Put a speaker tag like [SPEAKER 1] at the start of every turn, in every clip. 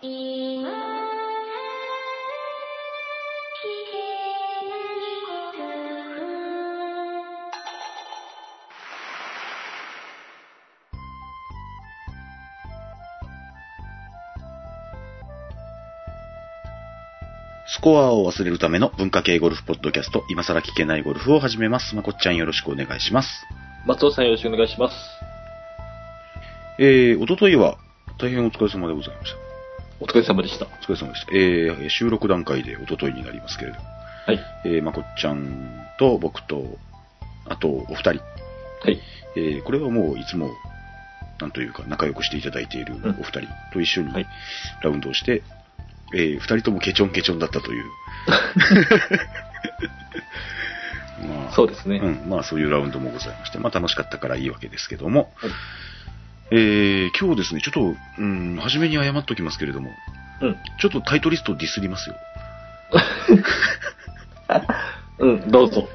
[SPEAKER 1] 今聞けないこと
[SPEAKER 2] スコアを忘れるための文化系ゴルフポッドキャスト、今更聞けないゴルフを始めます。まこっちゃんよろしくお願いします。
[SPEAKER 3] 松尾さんよろしくお願いします。
[SPEAKER 2] えー、おとといは大変お疲れ様でございました。
[SPEAKER 3] お疲れ様でした。
[SPEAKER 2] お疲れ様でした。えー、収録段階でおとといになりますけれども、
[SPEAKER 3] はい。
[SPEAKER 2] えー、まこっちゃんと僕と、あとお二人、
[SPEAKER 3] はい。
[SPEAKER 2] えー、これはもういつも、なんというか仲良くしていただいているお二人と一緒に
[SPEAKER 3] はい
[SPEAKER 2] ラウンドをして、えー、二人ともケチョンケチョンだった という。 まあ、
[SPEAKER 3] そうですね。
[SPEAKER 2] うん、まあそういうラウンドもございまして、まあ楽しかったからいいわけですけども、
[SPEAKER 3] はい
[SPEAKER 2] えー、今日ですね、ちょっと、うん、初めに謝っときますけれども、
[SPEAKER 3] うん。
[SPEAKER 2] ちょっとタイトリストをディスりますよ。
[SPEAKER 3] うん、 どうぞ。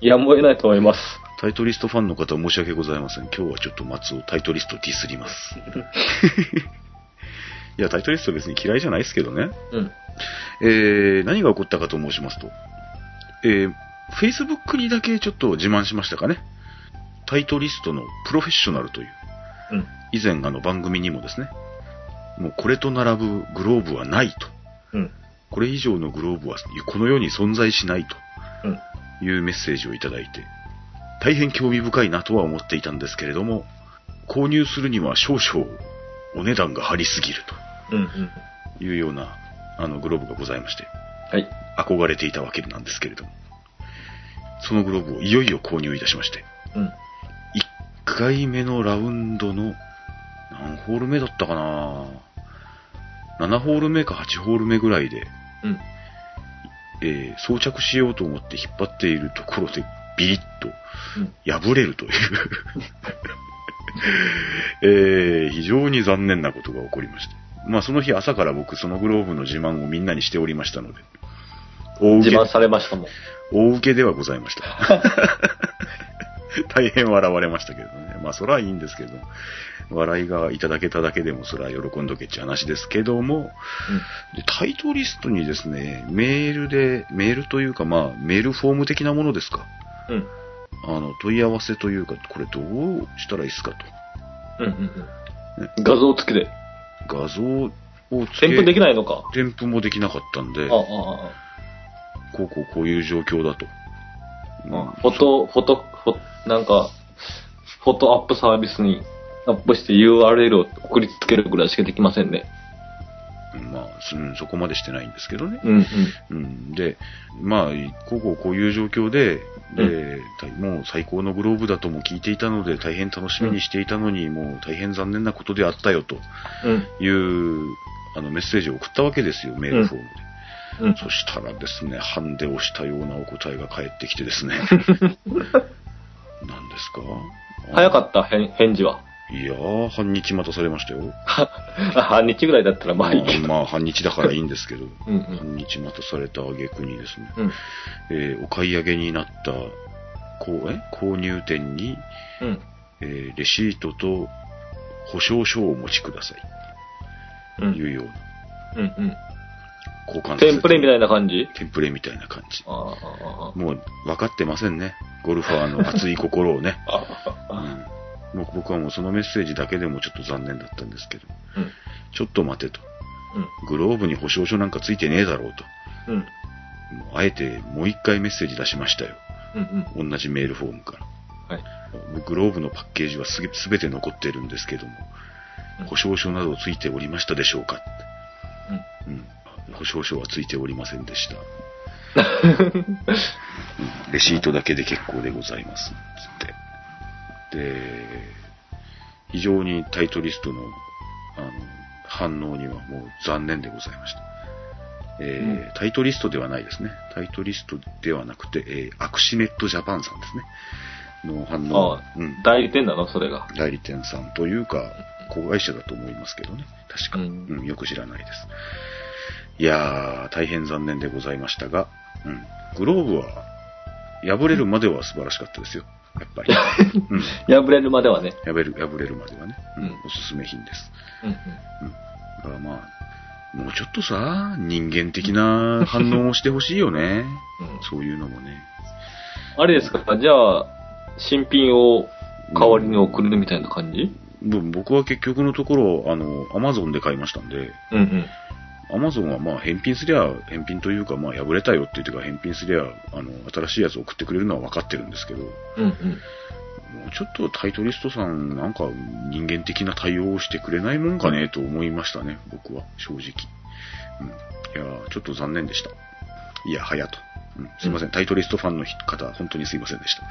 [SPEAKER 3] やむを得ないと思います。
[SPEAKER 2] タイトリストファンの方申し訳ございません。今日はちょっと松尾タイトリストディスります。いや、タイトリスト別に嫌いじゃないですけどね。
[SPEAKER 3] うん。
[SPEAKER 2] えー、何が起こったかと申しますと、えー、Facebook にだけちょっと自慢しましたかね。タイトリストのプロフェッショナルという。
[SPEAKER 3] うん。
[SPEAKER 2] 以前あの番組にもですね、もうこれと並ぶグローブはないと。
[SPEAKER 3] うん。
[SPEAKER 2] これ以上のグローブはこの世に存在しない
[SPEAKER 3] うん。
[SPEAKER 2] というメッセージをいただいて、大変興味深いなとは思っていたんですけれども、購入するには少々お値段が張りすぎる
[SPEAKER 3] うん。うん。
[SPEAKER 2] というようなあのグローブがございまして、
[SPEAKER 3] はい。
[SPEAKER 2] 憧れていたわけなんですけれども、そのグローブをいよいよ購入いたしまして、
[SPEAKER 3] うん。
[SPEAKER 2] 1回目のラウンドの、何ホール目だったかな7ホール目か8ホール目ぐらいで、
[SPEAKER 3] うん。
[SPEAKER 2] えー装着しようと思って引っ張っているところでビリッと
[SPEAKER 3] うん。
[SPEAKER 2] 破れると いう、えー非常に残念なことが起こりまして。まあその日朝から僕そのグローブの自慢をみんなにしておりましたので、大
[SPEAKER 3] 自
[SPEAKER 2] 受け
[SPEAKER 3] 慢されましたもん。
[SPEAKER 2] 大受けではございました。 大変笑われましたけどね。まあ、それはいいんですけど、笑いがいただけただけでも、それは喜んどけっちゃ話ですけども、でタイトリストにですね、メールで、メールというか、まあ、メールフォーム的なものですか。
[SPEAKER 3] うん。うん。
[SPEAKER 2] あの、問い合わせというか、これどうしたらいいですか
[SPEAKER 3] うん。うん。うん。画像付きで。
[SPEAKER 2] と。画像をつけ
[SPEAKER 3] 添付できないのか。
[SPEAKER 2] 添付もできなかったんで、
[SPEAKER 3] ああ
[SPEAKER 2] こ
[SPEAKER 3] あ
[SPEAKER 2] うこうこういう状況だと。
[SPEAKER 3] あ、ああ。フォト、フォト、フォなんか、フォトアップサービスにアップして URL を送りつけるぐらいしかできませんね。
[SPEAKER 2] まあ、そうんそこまでしてないんですけどね。
[SPEAKER 3] うん。うん。
[SPEAKER 2] うん、で、まあ、こうこうこういう状況で、で大もう最高のグローブだとも聞いていたので、大変楽しみにしていたのに、もう大変残念なことであったよと
[SPEAKER 3] うん。
[SPEAKER 2] いうあのメッセージを送ったわけですよ、メールフォームで。
[SPEAKER 3] うん。
[SPEAKER 2] そしたらですね、ハンデをしたようなお答えが返ってきてですね。何ですか
[SPEAKER 3] 早か
[SPEAKER 2] っ
[SPEAKER 3] った、返返事は。
[SPEAKER 2] た。いやー、半日待たされましたよ。
[SPEAKER 3] あ半日ぐらいだったらまあいいけど。
[SPEAKER 2] まあ、半日だからいいんですけど、
[SPEAKER 3] うんうん。
[SPEAKER 2] 半日待たされた挙句にですね、
[SPEAKER 3] うん。
[SPEAKER 2] えーお買い上げになった、こうえ購入店に、
[SPEAKER 3] うん。
[SPEAKER 2] えーレシートと保証書をお持ちください。
[SPEAKER 3] う
[SPEAKER 2] い
[SPEAKER 3] ん。
[SPEAKER 2] うような
[SPEAKER 3] うん。うん。
[SPEAKER 2] 交換
[SPEAKER 3] テンプレみたい
[SPEAKER 2] な。
[SPEAKER 3] な感じ
[SPEAKER 2] テンプレみたいな感じ。
[SPEAKER 3] ああ。
[SPEAKER 2] もう分かってませんね。ゴルファーの熱い心をね。
[SPEAKER 3] あ あ
[SPEAKER 2] う
[SPEAKER 3] ああ。
[SPEAKER 2] ん、もう僕はもうそのメッセージだけでもちょっと残念だったんですけど、
[SPEAKER 3] うん。
[SPEAKER 2] ちょっと待てと。グローブに保証書なんかついてねえだろうと。
[SPEAKER 3] うん。うん。
[SPEAKER 2] もうあえてもう一回メッセージ出しましたよ。
[SPEAKER 3] うん。うん。
[SPEAKER 2] 同じメールフォームから。
[SPEAKER 3] はい。
[SPEAKER 2] グローブのパッケージはすげ全て残ってるんですけども
[SPEAKER 3] うん、
[SPEAKER 2] 保証書などついておりましたでしょうか、
[SPEAKER 3] うん。
[SPEAKER 2] うん、保証書はついておりませんでした。うんレシートだけで結構でございます。つって。で、非常にタイトリストのあの反応にはもう残念でございました。えー
[SPEAKER 3] う
[SPEAKER 2] タイトリストではないですね。タイトリストではなくて、えーアクシメットジャパンさんですね。の反応。
[SPEAKER 3] あ
[SPEAKER 2] うん
[SPEAKER 3] 代理店なのそれが。
[SPEAKER 2] 代理店さんというか、子会社だと思いますけどね。確か。
[SPEAKER 3] うん
[SPEAKER 2] うん、よく知らないです。いやー、大変残念でございましたが、うん。グローブは、破れるまでは素晴らしかったですよ。やっぱ り。うん。
[SPEAKER 3] 破れるまではね。
[SPEAKER 2] 破れる、破れるまではね。うん。
[SPEAKER 3] うん
[SPEAKER 2] おすすめ品です。
[SPEAKER 3] うん。
[SPEAKER 2] うん。だからまあ、もうちょっとさ、人間的な反応をしてほしいよ ね。
[SPEAKER 3] うん
[SPEAKER 2] そういうのもね。
[SPEAKER 3] あれですかじゃあ、新品を代わりに送るみたいな感じ
[SPEAKER 2] ぼ僕は結局のところ、あの、アマゾンで買いましたんで、
[SPEAKER 3] うんうん。
[SPEAKER 2] アマゾンはまあ返品すりゃ、返品というか、まあ破れたよって言ってから返品すりゃ、あの、新しいやつ送ってくれるのは分かってるんですけど、も
[SPEAKER 3] うんうん。
[SPEAKER 2] うちょっとタイトリストさん、なんか人間的な対応をしてくれないもんかねと思いましたね、僕は、正直。うん。いやーちょっと残念でした。いや、はやと。うん、すいません、タイトリストファンの方、本当にすいませんでした。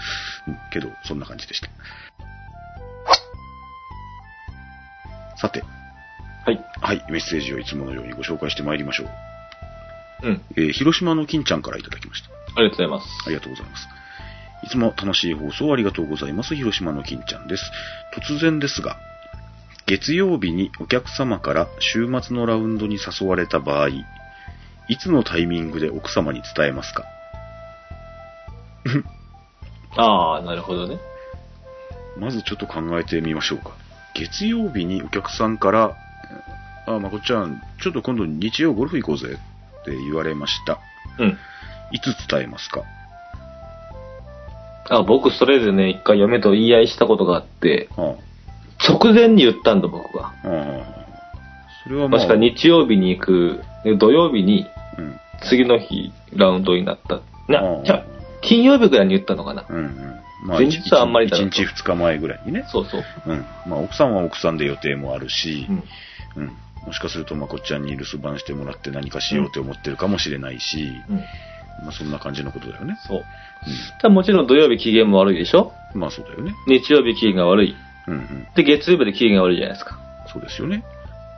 [SPEAKER 2] うん、けど、そんな感じでした。さて、
[SPEAKER 3] はい。
[SPEAKER 2] はい、メッセージをいつものようにご紹介してまいりましょう。
[SPEAKER 3] うん。
[SPEAKER 2] えー広島の金ちゃんからいただきました。
[SPEAKER 3] ありがとうございます。
[SPEAKER 2] ありがとうございます。いつも楽しい放送ありがとうございます。広島の金ちゃんです。突然ですが、月曜日にお客様から週末のラウンドに誘われた場合、いつのタイミングで奥様に伝えますか
[SPEAKER 3] ああ、なるほどね。
[SPEAKER 2] まずちょっと考えてみましょうか。月曜日にお客さんから、あ、まこっちゃん、ちょっと今度日曜ゴルフ行こうぜって言われました。
[SPEAKER 3] うん。
[SPEAKER 2] いつ伝えますか
[SPEAKER 3] あ、僕それでね、一回嫁と言い合いしたことがあって、
[SPEAKER 2] あ
[SPEAKER 3] 直前に言ったんだ僕は。
[SPEAKER 2] あ、ああ。それはまあ、
[SPEAKER 3] 確か日曜日に行く、で土曜日に
[SPEAKER 2] うん、
[SPEAKER 3] 次の日ラウンドになった。
[SPEAKER 2] あ
[SPEAKER 3] な、
[SPEAKER 2] あ
[SPEAKER 3] じゃあ金曜日ぐらいに言ったのかな。
[SPEAKER 2] うんうん。
[SPEAKER 3] 前日はあんまりだろ
[SPEAKER 2] 1
[SPEAKER 3] う
[SPEAKER 2] 日2日前ぐらいにね。
[SPEAKER 3] そうそう。
[SPEAKER 2] うん。まあ、奥さんは奥さんで予定もあるし
[SPEAKER 3] う、ん。
[SPEAKER 2] うん。もしかすると、まこっちゃんに留守番してもらって何かしようって思ってるかもしれないし、
[SPEAKER 3] うん。
[SPEAKER 2] まあ、そんな感じのことだよね。
[SPEAKER 3] そう。ただもちろん土曜日機嫌も悪いでしょ
[SPEAKER 2] まあ、そうだよね。
[SPEAKER 3] 日曜日機嫌が悪い。
[SPEAKER 2] うんうん。
[SPEAKER 3] で、月曜日で機嫌が悪いじゃないですか。
[SPEAKER 2] そうですよね。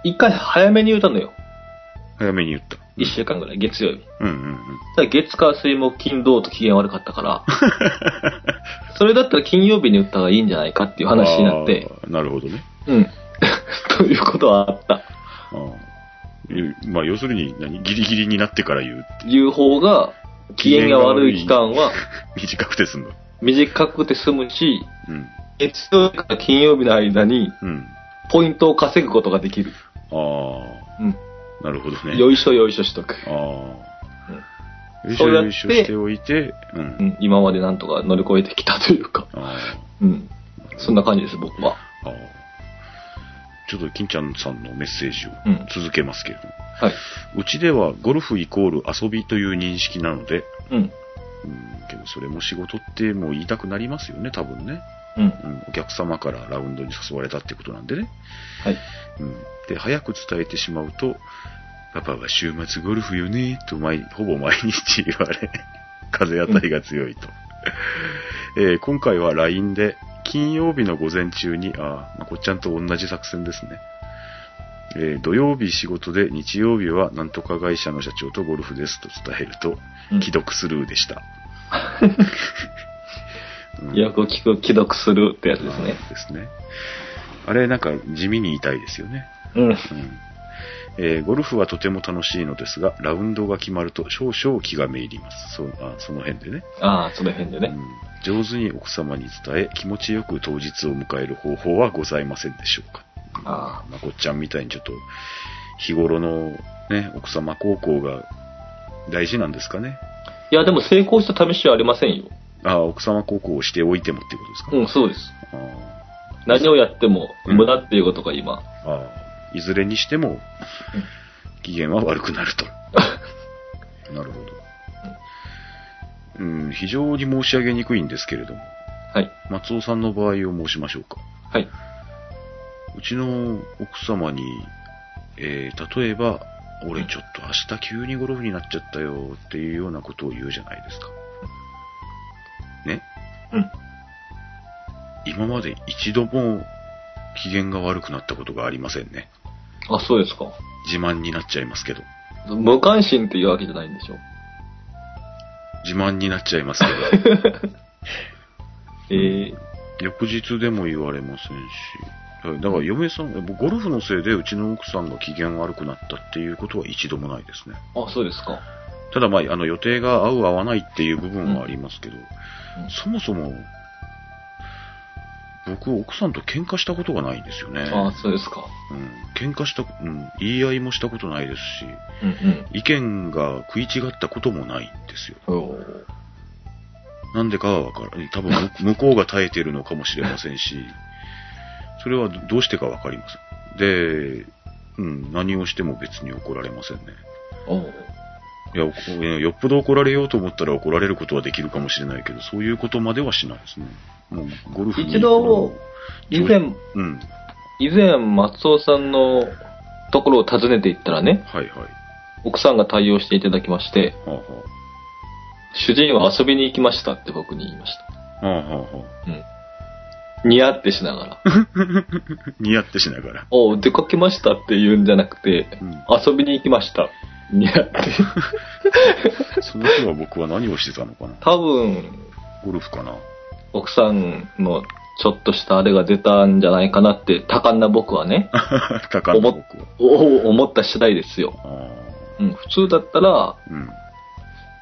[SPEAKER 3] 一回早めに言ったのよ。
[SPEAKER 2] 早めに言った。
[SPEAKER 3] 一週間ぐらい、月曜日。
[SPEAKER 2] うんうんうん。
[SPEAKER 3] ただ月火水木金土と機嫌悪かった から、それだったら金曜日に打った方がいいんじゃないかっていう話になって、
[SPEAKER 2] あー。なるほどね。
[SPEAKER 3] うん。 ということはあった。
[SPEAKER 2] ああいうまあ、要するに何、ギリギリになってから言う。
[SPEAKER 3] いう方が、機嫌が悪い期間は
[SPEAKER 2] 短くて済む。
[SPEAKER 3] 短くて済むし、
[SPEAKER 2] うん。
[SPEAKER 3] 月曜日から金曜日の間に
[SPEAKER 2] うん。
[SPEAKER 3] ポイントを稼ぐことができる。
[SPEAKER 2] あ
[SPEAKER 3] うん。
[SPEAKER 2] あ、なるほどね。
[SPEAKER 3] よいしょよいしょしとく。
[SPEAKER 2] ああ。
[SPEAKER 3] ん
[SPEAKER 2] 優勝
[SPEAKER 3] そうや
[SPEAKER 2] 優
[SPEAKER 3] って
[SPEAKER 2] 勝しておいて、う。
[SPEAKER 3] うんん。今までなんとか乗り越えてきたというか。
[SPEAKER 2] あ
[SPEAKER 3] うん。そんな感じです、僕は。
[SPEAKER 2] あああ。ちょっと、金ちゃんさんのメッセージを
[SPEAKER 3] うん
[SPEAKER 2] 続けますけれども、
[SPEAKER 3] はい。
[SPEAKER 2] うちではゴルフイコール遊びという認識なので、
[SPEAKER 3] うん。
[SPEAKER 2] うん、けどそれも仕事ってもう言いたくなりますよね、多分ね。
[SPEAKER 3] うん。
[SPEAKER 2] うん、お客様からラウンドに誘われたってことなんでね。
[SPEAKER 3] はい。
[SPEAKER 2] うん。で、早く伝えてしまうと、パパは週末ゴルフよね、と毎、ほぼ毎日言われ、 風当たりが強いと。えー今回は LINE で、金曜日の午前中に、あーまこっちゃんと同じ作戦ですね。えー土曜日仕事で日曜日はなんとか会社の社長とゴルフですと伝えると、
[SPEAKER 3] うん
[SPEAKER 2] 既読スルーでした。 うん
[SPEAKER 3] よく聞く、既読するってやつですね。
[SPEAKER 2] あーですね。あれ、なんか地味に痛いですよね。
[SPEAKER 3] うん。
[SPEAKER 2] うんえーゴルフはとても楽しいのですが、ラウンドが決まると少々気がめいります。そあその辺でね、
[SPEAKER 3] ああ、その辺で
[SPEAKER 2] う
[SPEAKER 3] ね。
[SPEAKER 2] ん上手に奥様に伝え、気持ちよく当日を迎える方法はございませんでしょうか。
[SPEAKER 3] あ
[SPEAKER 2] まこっちゃんみたいにちょっと、日頃の、ね、奥様孝行が大事なんですかね。
[SPEAKER 3] あ。いや、でも成功した試しはありませんよ。
[SPEAKER 2] あ奥様孝行をしておいてもっていうこと
[SPEAKER 3] う
[SPEAKER 2] で
[SPEAKER 3] ん、そうです。
[SPEAKER 2] すか、あ
[SPEAKER 3] 何をやっても
[SPEAKER 2] うん
[SPEAKER 3] 無駄っていうことが 今。
[SPEAKER 2] ーあーいずれにしても、機嫌は悪くなると。なるほど。うん、非常に申し上げにくいんですけれども、
[SPEAKER 3] はい。
[SPEAKER 2] 松尾さんの場合を申しましょうか。
[SPEAKER 3] はい。
[SPEAKER 2] うちの奥様に、えー例えば、俺ちょっと明日急にゴルフになっちゃったよっていうようなことを言うじゃないですか。ね
[SPEAKER 3] うん。
[SPEAKER 2] 今まで一度も機嫌が悪くなったことがありませんね。
[SPEAKER 3] あ、そうですか。
[SPEAKER 2] 自慢になっちゃいますけど。
[SPEAKER 3] 無関心っていうわけじゃないんでし ょ。
[SPEAKER 2] 自慢になっちゃいますけど。
[SPEAKER 3] ええ
[SPEAKER 2] 翌日でも言われませんし、だから嫁さん、ゴルフのせいでうちの奥さんが機嫌悪くなったっていうことは一度もないですね。
[SPEAKER 3] あ、そうですか。
[SPEAKER 2] ただまあ、あの予定が合う合わないっていう部分はありますけど、そもそも、僕、奥さんと喧嘩したことがないんですよね。
[SPEAKER 3] ああ、そうですか。
[SPEAKER 2] うん、喧嘩した、うん、言い合いもしたことないですし、
[SPEAKER 3] うんうん。
[SPEAKER 2] 意見が食い違ったこともないんですよ。
[SPEAKER 3] お
[SPEAKER 2] なんでかはわから多分 向向こうが耐えてるのかもしれませんし、それはどどうしてかわかりません。で、うん、何をしても別に怒られませんね。
[SPEAKER 3] おお
[SPEAKER 2] いや、こうよっぽど怒られようと思ったら怒られることはできるかもしれないけど、そういうことまではしないですね。もうゴルフに
[SPEAKER 3] 一度、以前、
[SPEAKER 2] うん、
[SPEAKER 3] 以前、松尾さんのところを訪ねていったらね、
[SPEAKER 2] はいはい。は
[SPEAKER 3] 奥さんが対応していただきまして、
[SPEAKER 2] あは
[SPEAKER 3] 主人は遊びに行きましたって僕に言いまし
[SPEAKER 2] あ。はあはあは
[SPEAKER 3] た。うん。ニヤってしながら、
[SPEAKER 2] あ。似合ってしながら。
[SPEAKER 3] おう出かけましたって言うんじゃなくて、
[SPEAKER 2] うん。
[SPEAKER 3] 遊びに行きました。ニヤって。
[SPEAKER 2] その日は僕は何をしてたのかな
[SPEAKER 3] 多分、
[SPEAKER 2] ゴルフかな
[SPEAKER 3] 奥さんのちょっとしたあれが出たんじゃないかなって、多感な僕はね、
[SPEAKER 2] 高野僕は。
[SPEAKER 3] おお思った次第ですよ。
[SPEAKER 2] あ
[SPEAKER 3] うん、普通だったら、
[SPEAKER 2] あ。うん。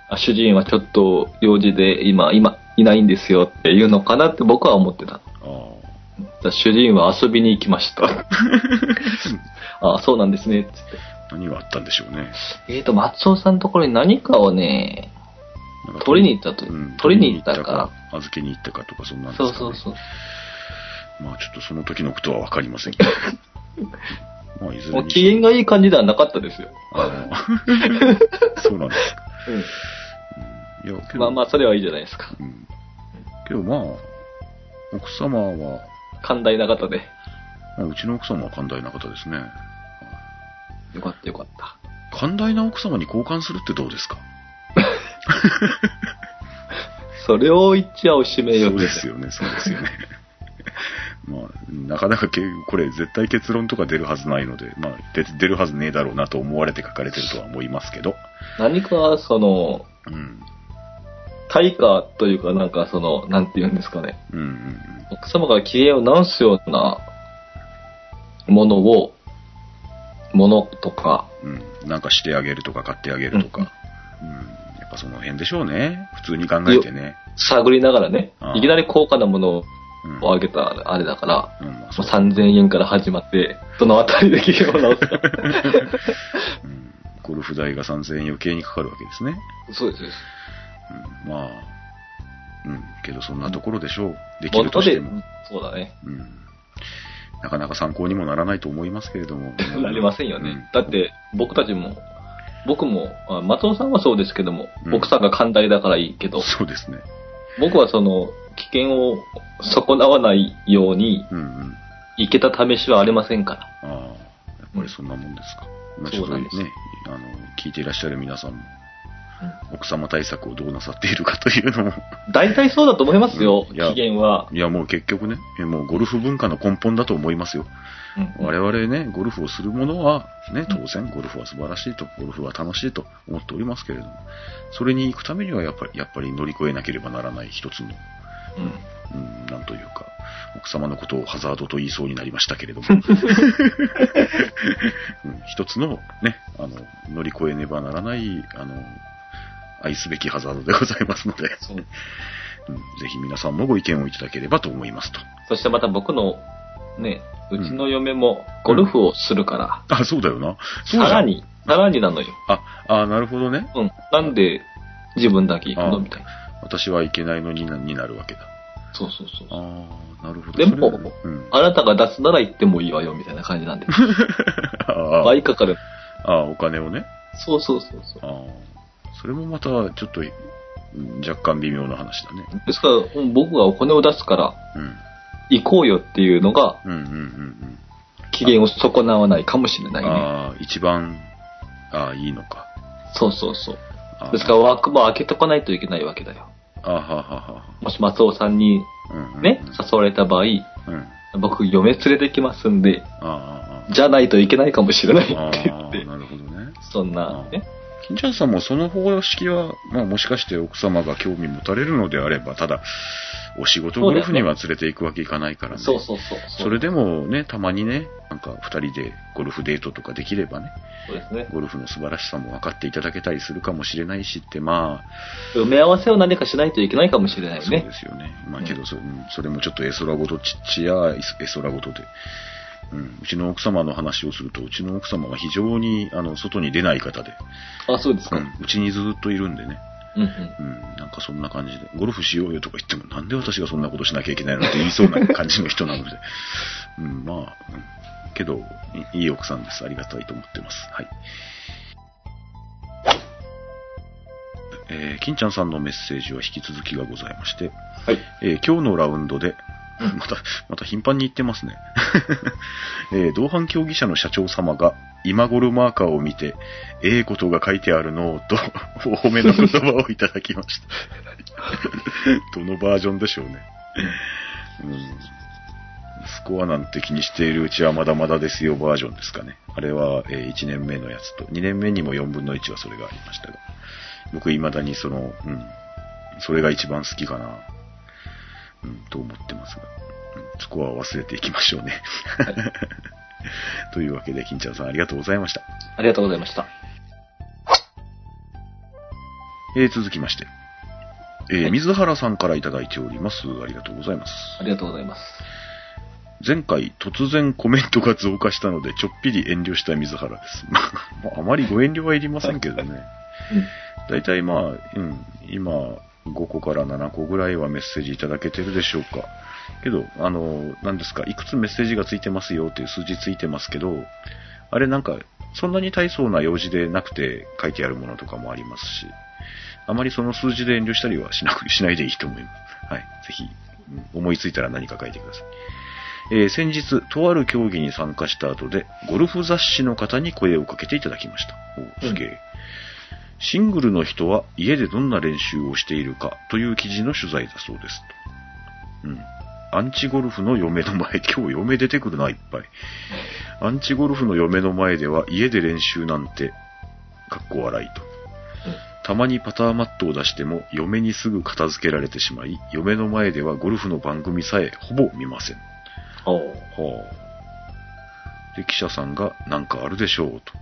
[SPEAKER 3] あ主人はちょっと用事で今、今、いないんですよっていうのかなって僕は思ってた。
[SPEAKER 2] あ
[SPEAKER 3] だから主人は遊びに行きました。あそうなんですね。つって
[SPEAKER 2] あ。何があったんでしょうね。
[SPEAKER 3] えーと、松尾さんのところに何かをね、
[SPEAKER 2] なんか
[SPEAKER 3] 取りに行ったと。
[SPEAKER 2] うん
[SPEAKER 3] 取りに行った
[SPEAKER 2] 取り
[SPEAKER 3] か
[SPEAKER 2] に行ったか。預けに行ったかとか、そんなんで
[SPEAKER 3] ら。
[SPEAKER 2] すか、
[SPEAKER 3] そ
[SPEAKER 2] ね。
[SPEAKER 3] うそうそう。
[SPEAKER 2] まあちょっとその時のことはわかりません けど。まあいず
[SPEAKER 3] も
[SPEAKER 2] れ
[SPEAKER 3] う
[SPEAKER 2] に
[SPEAKER 3] 機
[SPEAKER 2] して
[SPEAKER 3] 嫌がいい感じではなかったですよ。
[SPEAKER 2] あ あそうなんですか。うんいや、けど、
[SPEAKER 3] うん、まあまあ、それはいいじゃないですか。
[SPEAKER 2] うん。けどまあ、奥様は、
[SPEAKER 3] 寛大な方で。
[SPEAKER 2] まあうちの奥様は寛大な方ですね。
[SPEAKER 3] よかったよかった。
[SPEAKER 2] 寛大な奥様に交換するってどうですか
[SPEAKER 3] それを言っちゃおしめよ
[SPEAKER 2] そうです
[SPEAKER 3] よ。
[SPEAKER 2] よね、 そうですよね。まあ、なかなかけこれ絶対結論とか出るはずないので、まあ、出出るはずねえだろうなと思われて書かれてるとは思いますけど。
[SPEAKER 3] 何か、その、
[SPEAKER 2] うん。
[SPEAKER 3] 対価というか、なんかその、なんて言うんですかね。
[SPEAKER 2] うんうん
[SPEAKER 3] 奥様が機嫌を直すようなものを、ものとか、
[SPEAKER 2] うん。うん。なんかしてあげるとか買ってあげるとか。うん。やっぱその辺でしょうね。普通に考えてね。
[SPEAKER 3] 探りながらね
[SPEAKER 2] あ、あ
[SPEAKER 3] いきなり高価なもの
[SPEAKER 2] うん。うん
[SPEAKER 3] をあげたあれだから、
[SPEAKER 2] まあ、そう
[SPEAKER 3] 3000円から始まって、どのあたりで機嫌を直すか。
[SPEAKER 2] うんゴルフ代が3000円余計にかかるわけですね。
[SPEAKER 3] そうです。
[SPEAKER 2] うん、まあ、うん。けどそんなところでしょう。でき
[SPEAKER 3] も
[SPEAKER 2] る
[SPEAKER 3] の
[SPEAKER 2] とし
[SPEAKER 3] で
[SPEAKER 2] ても。、
[SPEAKER 3] そうだね。。
[SPEAKER 2] うんなかなか参考にもならないと思いますけれど も
[SPEAKER 3] なりませんよね。
[SPEAKER 2] うん
[SPEAKER 3] だっ、て、僕たちも、僕も、あ松尾さんはそうですけども、
[SPEAKER 2] うん
[SPEAKER 3] 奥さんが寛大だからいいけど、
[SPEAKER 2] そうですね。
[SPEAKER 3] 僕はその、危険を損なわないように、
[SPEAKER 2] うんうん。
[SPEAKER 3] 行けた試しはありませんか
[SPEAKER 2] ああ、
[SPEAKER 3] ら。
[SPEAKER 2] やっぱりそんなもんですか。まあちょ
[SPEAKER 3] そう
[SPEAKER 2] っと
[SPEAKER 3] なん
[SPEAKER 2] ね
[SPEAKER 3] です、
[SPEAKER 2] あの、聞いていらっしゃる皆さんも、奥様対策をどうなさっているかというのも、
[SPEAKER 3] 大体そうだと思いますよ、
[SPEAKER 2] うんいや
[SPEAKER 3] 期限は。
[SPEAKER 2] いやもう結局ね、えもうゴルフ文化の根本だと思いますよ。我々ね、ゴルフをするものは、ね、当然ゴルフは素晴らしいと、ゴルフは楽しいと思っておりますけれども、それに行くためにはやっぱり、やっぱり乗り越えなければならない一つの
[SPEAKER 3] うん
[SPEAKER 2] うん、なんというか、奥様のことをハザードと言いそうになりましたけ れども、うん一つのね、あの、乗り越えねばならない、あの、愛すべきハザードでございますので、
[SPEAKER 3] そう
[SPEAKER 2] うんぜひ皆さんもご意見をいただければと思いますと。
[SPEAKER 3] そしてまた僕の、ね、うちの嫁もゴルフをするから、
[SPEAKER 2] あ、そうだよな。そうじ
[SPEAKER 3] さ
[SPEAKER 2] ゃ
[SPEAKER 3] ら
[SPEAKER 2] ん。
[SPEAKER 3] に、さらになのよ。
[SPEAKER 2] あ、あ、なるほどね。
[SPEAKER 3] うん。なんで自分だけ行くのみたいな。
[SPEAKER 2] 私はいけないのになになるわけだ。
[SPEAKER 3] そうそうそう。
[SPEAKER 2] ああ、なるほど。
[SPEAKER 3] でも
[SPEAKER 2] それはうん。
[SPEAKER 3] あなたが出すなら行ってもいいわよ、みたいな感じなんで。
[SPEAKER 2] あー
[SPEAKER 3] 倍かかる。
[SPEAKER 2] あー、お金をね。
[SPEAKER 3] そうそうそうそう。
[SPEAKER 2] ああ、それもまたちょっとうん若干微妙な話だね。
[SPEAKER 3] ですから、うん僕がお金を出すから、行こうよっていうのが、
[SPEAKER 2] うん。うんうんうん
[SPEAKER 3] 機嫌を損なわないかもしれ
[SPEAKER 2] う
[SPEAKER 3] ない
[SPEAKER 2] ん。
[SPEAKER 3] ね。
[SPEAKER 2] ああ、一番、ああ、いいのか。
[SPEAKER 3] そうそうそう。
[SPEAKER 2] ああ
[SPEAKER 3] ですから、枠も開けとかないといけないわけだよ。
[SPEAKER 2] ああははは
[SPEAKER 3] もし松尾さんに
[SPEAKER 2] は。うんうんうん
[SPEAKER 3] ね、誘われた場合、
[SPEAKER 2] うん。あ
[SPEAKER 3] 僕、嫁連れてきますんで、
[SPEAKER 2] あ、ああ、
[SPEAKER 3] じゃないといけないかもしれない
[SPEAKER 2] ああ
[SPEAKER 3] って言っ
[SPEAKER 2] ああ、
[SPEAKER 3] て、
[SPEAKER 2] なるほどね。
[SPEAKER 3] そんなね、
[SPEAKER 2] 金ちゃんさんもその方式は、まあ、もしかして奥様が興味持たれるのであれば、ただ、お仕事ゴルフには連れて行くわけいかないからね。
[SPEAKER 3] そうそうそう。
[SPEAKER 2] それでもね、たまにね、なんか二人でゴルフデートとかできればね、
[SPEAKER 3] そうですね。
[SPEAKER 2] ゴルフの素晴らしさも分かっていただけたりするかもしれないしって、まあ、
[SPEAKER 3] 埋め合わせを何かしないといけないかもしれない
[SPEAKER 2] そう
[SPEAKER 3] ね
[SPEAKER 2] で。すよね。まあ
[SPEAKER 3] うん
[SPEAKER 2] けどそ、うんそれもちょっと絵空ごとちっちゃい絵空ごとで、うん、うちの奥様の話をすると、うちの奥様は非常にあの外に出ない方で、
[SPEAKER 3] あ、そうです
[SPEAKER 2] う
[SPEAKER 3] か。うん
[SPEAKER 2] ん、うちにずっといるんでね、
[SPEAKER 3] うん。
[SPEAKER 2] うん、なんかそんな感じで、ゴルフしようよとか言っても、なんで私がそんなことしなきゃいけないのって言いそうな感じの人なので、 うん、まあ、うん、けど、いいい奥さんです。ありがたいと思ってます。はい。えー、金ちゃんさんのメッセージは引き続きがございまして、
[SPEAKER 3] はい。
[SPEAKER 2] えー今日のラウンドで、
[SPEAKER 3] うん
[SPEAKER 2] また、また頻繁に言ってますね。 えー同伴競技者の社長様が、今頃マーカーを見て、ええことが書いてあるのうと、 お褒めの言葉をいただきました。 どのバージョンでしょうね。うん、スコアなんて気にしているうちはまだまだですよバージョンですかね。あれは、え1年目のやつと、2年目にも4分の1はそれがありましたが、僕未だにその、うん、それが一番好きかな、うん、と思ってますが、うん、スコアは忘れていきましょうね。 というわけで、金ちゃんさんありがとうございました。
[SPEAKER 3] ありがとうございました。
[SPEAKER 2] えー続きまして、えー
[SPEAKER 3] はい
[SPEAKER 2] 水原さんからいただいております。ありがとうございます。
[SPEAKER 3] ありがとうございます。
[SPEAKER 2] 前回突然コメントが増加したのでちょっぴり遠慮した水原です。 まあまああまりご遠慮はいりませんけどね。だいたいまあ、うん、今5個から7個ぐらいはメッセージいただけてるでしょうか。けど、あの、何ですか、いくつメッセージがついてますよっていう数字ついてますけど、あれなんか、そんなに大層な用事でなくて書いてあるものとかもありますし、あまりその数字で遠慮したりはしなく、しないでいいと思います。はい。ぜひ、うん思いついたら何か書いてください。えー先日、とある競技に参加した後で、ゴルフ雑誌の方に声をかけていただきました。おすげえ、シングルの人は家でどんな練習をしているかという記事の取材だそうです。とうん。アンチゴルフの嫁の前、今日嫁出てくるな、いっぱい。アンチゴルフの嫁の前では家で練習なんて、かっこ笑いと。たまにパターマットを出しても嫁にすぐ片付けられてしまい、嫁の前ではゴルフの番組さえほぼ見ません。
[SPEAKER 3] おう
[SPEAKER 2] はあ。で、記者さんが、なんかあるでしょう、と。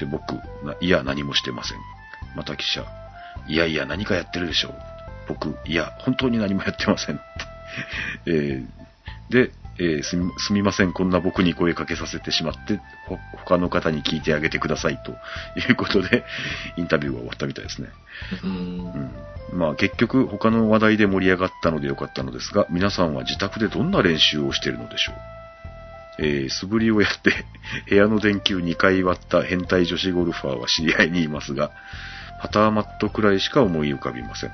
[SPEAKER 2] で、僕、ないや、何もしてません。また記者、いやいや、何かやってるでしょう。僕、いや、本当に何もやってません。 ってえーで、えーすみ、すみません、こんな僕に声かけさせてしまって、ほ他の方に聞いてあげてください、ということで、インタビューは終わったみたいですね。
[SPEAKER 3] うん。
[SPEAKER 2] うんまあ結局他の話題で盛り上がったのでよかったのですが、皆さんは自宅でどんな練習をしているのでしょうえー素振りをやって 部屋の電球2回割った変態女子ゴルファーは知り合いにいますが、パターマットくらいしか思い浮かびません。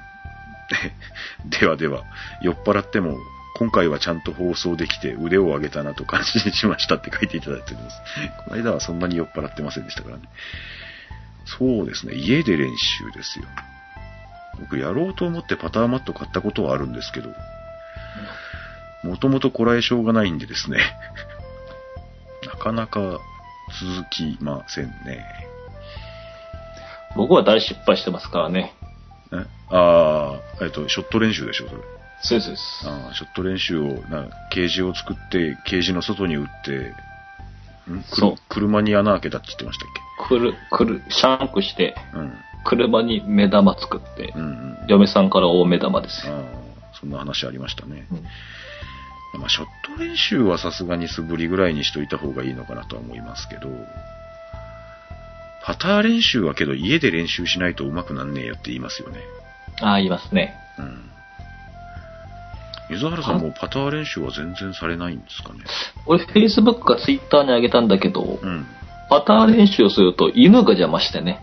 [SPEAKER 2] ではでは、酔っ払っても、今回はちゃんと放送できて腕を上げたなと感心しましたって書いていただいております。 この間はそんなに酔っ払ってませんでしたからね。そうですね、家で練習ですよ。僕やろうと思ってパターマット買ったことはあるんですけど、もともとこらえ性がないんでですね、 なかなか続きませんね。
[SPEAKER 3] 僕は大失敗してますからね。
[SPEAKER 2] えああ、えっと、ショット練習でしょ、それ。
[SPEAKER 3] そうですそうです。
[SPEAKER 2] あーショット練習を、な、ケージを作って、ケージの外に打って、んくる
[SPEAKER 3] そう
[SPEAKER 2] 車に穴開けたって言ってましたっ
[SPEAKER 3] くる、くる、シャンクして、
[SPEAKER 2] けうん。
[SPEAKER 3] 車に目玉作って
[SPEAKER 2] う、んうん。あ
[SPEAKER 3] 嫁さんから大目玉ですよ。
[SPEAKER 2] あ、そんな話ありましたね。
[SPEAKER 3] うん
[SPEAKER 2] まあ、ショット練習はさすがに素振りぐらいにしといた方がいいのかなとは思いますけど、パター練習はけど家で練習しないと上手くなんねえよって言いますよね。
[SPEAKER 3] ああ、言いますね。
[SPEAKER 2] うん。水原さんもパター練習は全然されないんですかね。
[SPEAKER 3] 俺、Facebook か Twitter に上げたんだけど、
[SPEAKER 2] うん。
[SPEAKER 3] パターン練習をすると犬が邪魔してね。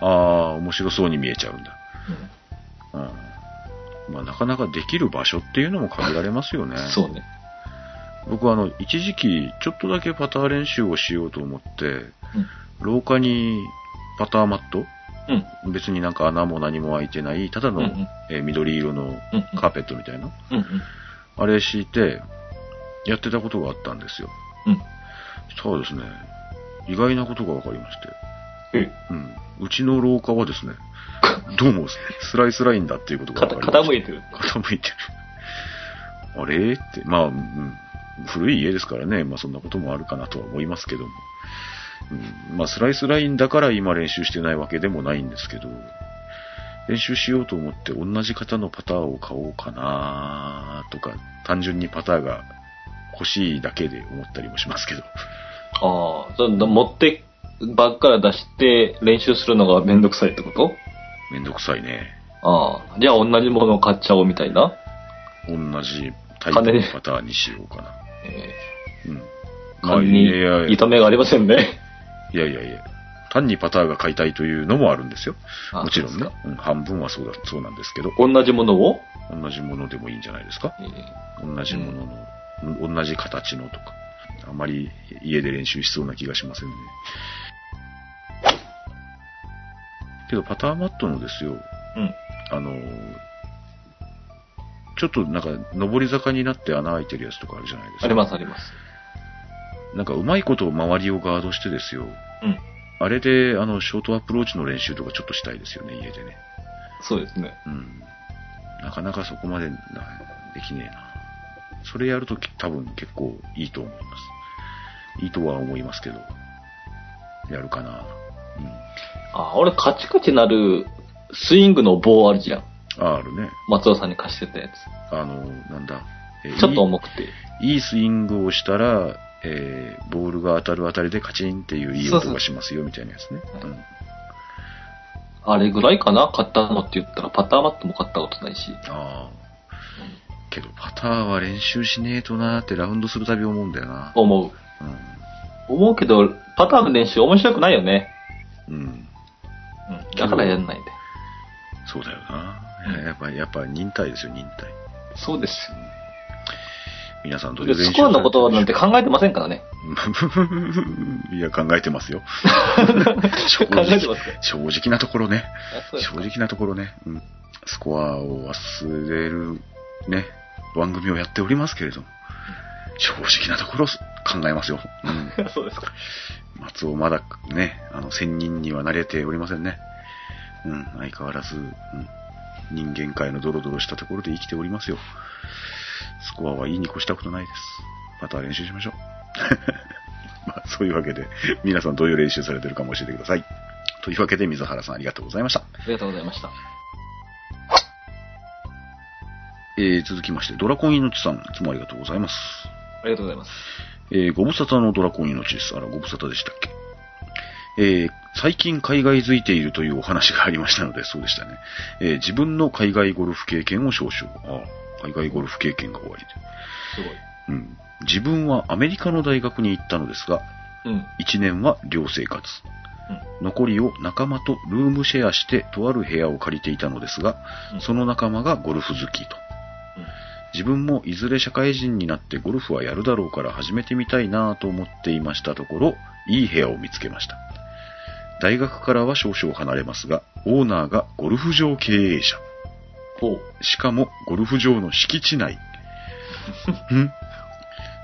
[SPEAKER 2] ああ、面白そうに見えちゃうんだ。うん。まあなかなかできる場所っていうのも限られますよね。
[SPEAKER 3] そうね。
[SPEAKER 2] 僕はあの、一時期ちょっとだけパター練習をしようと思って、廊下にパターマット
[SPEAKER 3] うん。うん。
[SPEAKER 2] 別になんか穴も何も開いてない、ただの、
[SPEAKER 3] うんうん
[SPEAKER 2] えー緑色の
[SPEAKER 3] うん
[SPEAKER 2] カーペットみたいな、
[SPEAKER 3] うん。
[SPEAKER 2] あれ敷いて、やってたことがあったんですよ。
[SPEAKER 3] うん。
[SPEAKER 2] そうですね、意外なことが分かりまして、
[SPEAKER 3] え
[SPEAKER 2] うん。うちの廊下はです ね、どうもスライスラインだっていうことが
[SPEAKER 3] か
[SPEAKER 2] 分
[SPEAKER 3] た
[SPEAKER 2] かりま
[SPEAKER 3] 傾いてる。
[SPEAKER 2] した傾いてる。あれって、まあ、うん、古い家ですからね、まあそんなこともあるかなとは思いますけども。うん、まあスライスラインだから今練習してないわけでもないんですけど、練習しようと思って同じ型のパターを買おうかなとか、単純にパターが欲しいだけで思ったりもしますけど。
[SPEAKER 3] ああ、それ持って、バッグから出して練習するのがめんどくさいってこと
[SPEAKER 2] めんどくさいね。
[SPEAKER 3] ああ、じゃあ同じものを買っちゃおうみたいな。
[SPEAKER 2] 同じタイプのパターンにしようかな。
[SPEAKER 3] え
[SPEAKER 2] うん。
[SPEAKER 3] ー、
[SPEAKER 2] まあ
[SPEAKER 3] 勘
[SPEAKER 2] いや
[SPEAKER 3] に
[SPEAKER 2] いや
[SPEAKER 3] 痛めがありませんね。
[SPEAKER 2] いやいやいや。単にパターが買いたいというのもあるんですよ。
[SPEAKER 3] あ
[SPEAKER 2] もちろん
[SPEAKER 3] そ
[SPEAKER 2] ね
[SPEAKER 3] うで。
[SPEAKER 2] うん、半分はそうだ、そうなんですけど
[SPEAKER 3] す、か同じものを、
[SPEAKER 2] 同じものでもいいんじゃないですか
[SPEAKER 3] え
[SPEAKER 2] 同じものの、うん同じ形のとか。あまり家で練習しそうな気がしませんね。けど、パターマットのですよ、
[SPEAKER 3] ーうん。
[SPEAKER 2] あの、ちょっとなんか、上り坂になって穴開いてるやつとかあるじゃないですか。
[SPEAKER 3] ありますあります。
[SPEAKER 2] なんかうまいこと周りをガードしてですよ。
[SPEAKER 3] うん。
[SPEAKER 2] あれで、あの、ショートアプローチの練習とかちょっとしたいですよね、家でね。
[SPEAKER 3] そうですね。
[SPEAKER 2] うん。なかなかそこまでなできねえな。それやるとき多分結構いいと思います。いいとは思いますけど。やるかな。
[SPEAKER 3] ああ、俺カチカチなるスイングの棒あるじゃん。
[SPEAKER 2] うん。ああるね。
[SPEAKER 3] 松尾さんに貸してたやつ。
[SPEAKER 2] あの、なんだ。え
[SPEAKER 3] ちょっと重くて。
[SPEAKER 2] いいいいスイングをしたら、えーボールが当たる当たりでカチンっていういい
[SPEAKER 3] そう
[SPEAKER 2] 音
[SPEAKER 3] そ
[SPEAKER 2] が
[SPEAKER 3] う
[SPEAKER 2] しますよみたいなやつね。うん。
[SPEAKER 3] あれぐらいかな買ったのって言ったらパターマットも買ったことないし。
[SPEAKER 2] ああ。けど、パターは練習しねえとなーってラウンドするたび思うんだよな。
[SPEAKER 3] 思う。思うけど、パターの練習面白くないよね。
[SPEAKER 2] うん。うん。
[SPEAKER 3] うん。だからやんないで。
[SPEAKER 2] そうだよな。やっぱ、やっぱ忍耐ですよ、忍耐。
[SPEAKER 3] そうです
[SPEAKER 2] 皆さんど
[SPEAKER 3] よ。
[SPEAKER 2] れ
[SPEAKER 3] で
[SPEAKER 2] ぐらい
[SPEAKER 3] スコアのことなん
[SPEAKER 2] 練習
[SPEAKER 3] て考えてませんからね。
[SPEAKER 2] されてるんでしょう いや、考えてます よ。
[SPEAKER 3] 考えてますから。
[SPEAKER 2] 正直なところね。
[SPEAKER 3] あそうです
[SPEAKER 2] 正直なところね。うん。スコアを忘れる、ね、番組をやっておりますけれども。正直なところ考えますよ。うん。
[SPEAKER 3] かそうですか。
[SPEAKER 2] 松尾まだね、あの、仙人には慣れておりませんね。うん、相変わらず、うん、人間界のドロドロしたところで生きておりますよ。スコアはいいに越したことないです。また練習しましょう。 まあ、そういうわけで、皆さんどういう練習されてるかも教えてください。というわけで、水原さんありがとうございました。
[SPEAKER 3] ありがとうございました。
[SPEAKER 2] えー、続きまして、ドラコン命さん、いつもありがとうございます。
[SPEAKER 3] ありがとうございます。
[SPEAKER 2] えーご無沙汰のドラコン命です。あら、ご無沙汰でしたっけ。えー最近海外づいているというお話がありましたので、そうでしたね。えー自分の海外ゴルフ経験を少々。ああ海外ゴルフ経験が終わりで。
[SPEAKER 3] す
[SPEAKER 2] うん。自分はアメリカの大学に行ったのですが、
[SPEAKER 3] ごい。うん。
[SPEAKER 2] 1年は寮生活。残りを仲間とルームシェアしてとある部屋を借りていたのですが、
[SPEAKER 3] うん
[SPEAKER 2] その仲間がゴルフ好きと。
[SPEAKER 3] うん
[SPEAKER 2] 自分もいずれ社会人になってゴルフはやるだろうから始めてみたいなぁと思っていましたところ、いい部屋を見つけました。大学からは少々離れますが、オーナーがゴルフ場経営者。
[SPEAKER 3] ほう。
[SPEAKER 2] しかもゴルフ場の敷地内。ん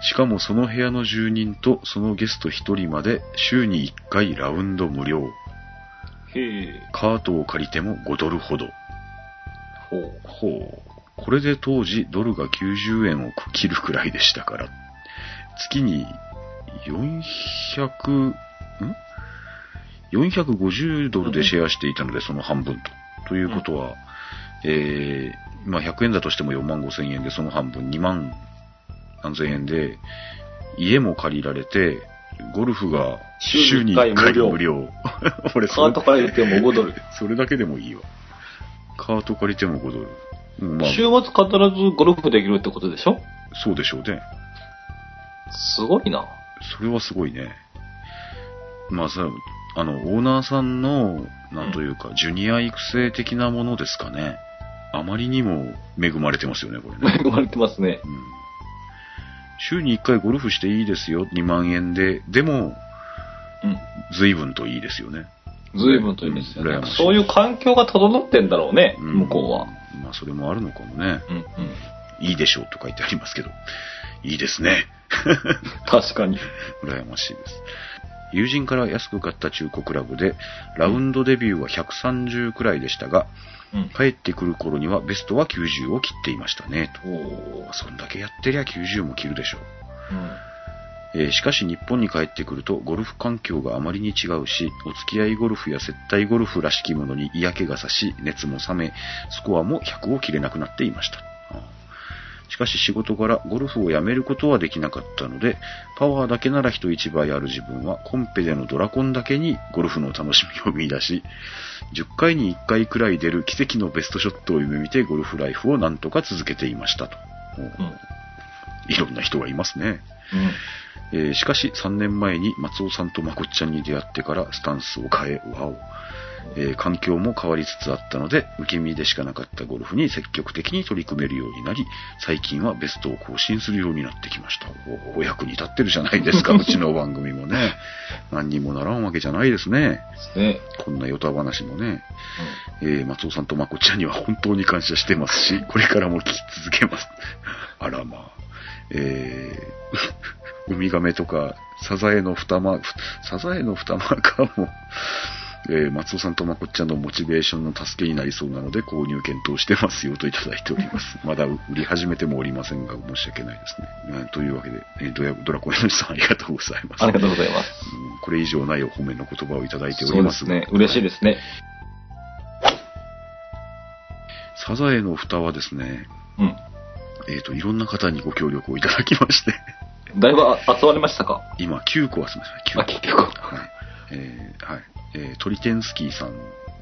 [SPEAKER 2] しかもその部屋の住人とそのゲスト1人まで週に1回ラウンド無料。
[SPEAKER 3] へえ。
[SPEAKER 2] カートを借りても5ドルほど。
[SPEAKER 3] ほう。
[SPEAKER 2] ほう。これで当時ドルが90円を切るくらいでしたから、月に400、ん ?450 ドルでシェアしていたので、その半分と。ということは、えー、まあ100円だとしても4万5千円で、その半分2万何千円で、家も借りられて、ゴルフが週
[SPEAKER 3] 週
[SPEAKER 2] に
[SPEAKER 3] に
[SPEAKER 2] 1
[SPEAKER 3] 1
[SPEAKER 2] 回
[SPEAKER 3] 回
[SPEAKER 2] 無
[SPEAKER 3] 無
[SPEAKER 2] 料。俺そ
[SPEAKER 3] カ
[SPEAKER 2] れ
[SPEAKER 3] ートから言っても5ドル。
[SPEAKER 2] それだけでもいいわ。カート借りても5ドル。うんまあ、
[SPEAKER 3] 週末必ずゴルフできるってことでしょ
[SPEAKER 2] そうでしょうね。
[SPEAKER 3] すごいな。
[SPEAKER 2] それはすごいね。まあさ、あの、オーナーさんの、なんというか、ジュニア育成的なものですかね。あまりにも恵まれてますよね、これ ね。
[SPEAKER 3] 恵まれてますね。
[SPEAKER 2] うん、週に1回ゴルフしていいですよ、2万円で。でも、
[SPEAKER 3] う
[SPEAKER 2] 随分といいですよね。
[SPEAKER 3] ん。随分といいですよ
[SPEAKER 2] うん羨ま
[SPEAKER 3] ね
[SPEAKER 2] しい。
[SPEAKER 3] そういう環境が整ってんだろうね、
[SPEAKER 2] ん
[SPEAKER 3] 向こうは。。
[SPEAKER 2] まあ、それもあるのかもね。
[SPEAKER 3] うんうん。
[SPEAKER 2] いいでしょうと書いてありますけど。いいですね。
[SPEAKER 3] 確かに。
[SPEAKER 2] 羨ましいです。友人から安く買った中古クラブで、ラウンドデビューは130くらいでしたが、
[SPEAKER 3] うん。
[SPEAKER 2] 帰ってくる頃にはベストは90を切っていましたね、と。
[SPEAKER 3] おー
[SPEAKER 2] そんだけやってりゃ90も切るでしょう。
[SPEAKER 3] うん。
[SPEAKER 2] えーしかし日本に帰ってくるとゴルフ環境があまりに違うし、お付き合いゴルフや接待ゴルフらしきものに嫌気がさし、熱も冷め、スコアも100を切れなくなっていました。あーしかし仕事からゴルフをやめることはできなかったので、パワーだけなら人一倍ある自分はコンペでのドラコンだけにゴルフの楽しみを見出し、10回に1回くらい出る奇跡のベストショットを夢見てゴルフライフをなんとか続けていましたと。おー
[SPEAKER 3] うん。
[SPEAKER 2] いろんな人がいますね。
[SPEAKER 3] うん。
[SPEAKER 2] えーしかし3年前に松尾さんとまこっちゃんに出会ってからスタンスを変え、わお。えー環境も変わりつつあったので、受け身でしかなかったゴルフに積極的に取り組めるようになり、最近はベストを更新するようになってきました。おお役に立ってるじゃないですか、うちの番組もね。何にもならんわけじゃないですね。
[SPEAKER 3] ですね。
[SPEAKER 2] こんなヨタ話もね。えー松尾さんとまこちゃんには本当に感謝してますし、これからも聞き続けます。 あらまあ。えー、 ウミガメとか、サザエの二間、ふサザエの二間かも、えー松尾さんとまこっちゃんのモチベーションの助けになりそうなので購入検討してますよといただいており ます。まだ売り始めてもおりませんが、申し訳ないですね。うんというわけで、えードヤドラコエノシさんありがとうございます。
[SPEAKER 3] ありがとうございます。
[SPEAKER 2] うんこれ以上ないお褒めの言葉をいただいてお
[SPEAKER 3] そ
[SPEAKER 2] り
[SPEAKER 3] う
[SPEAKER 2] ま
[SPEAKER 3] ですすね。嬉しいですね。
[SPEAKER 2] サザエの蓋はですね、
[SPEAKER 3] うん。
[SPEAKER 2] えっ、と、いろんな方にご協力をいただきまして、
[SPEAKER 3] だいぶあ集まりましたか
[SPEAKER 2] 今9個集めました。
[SPEAKER 3] あ、
[SPEAKER 2] 9
[SPEAKER 3] 結局。
[SPEAKER 2] 個。はい。えーはい。えートリテンスキーさん、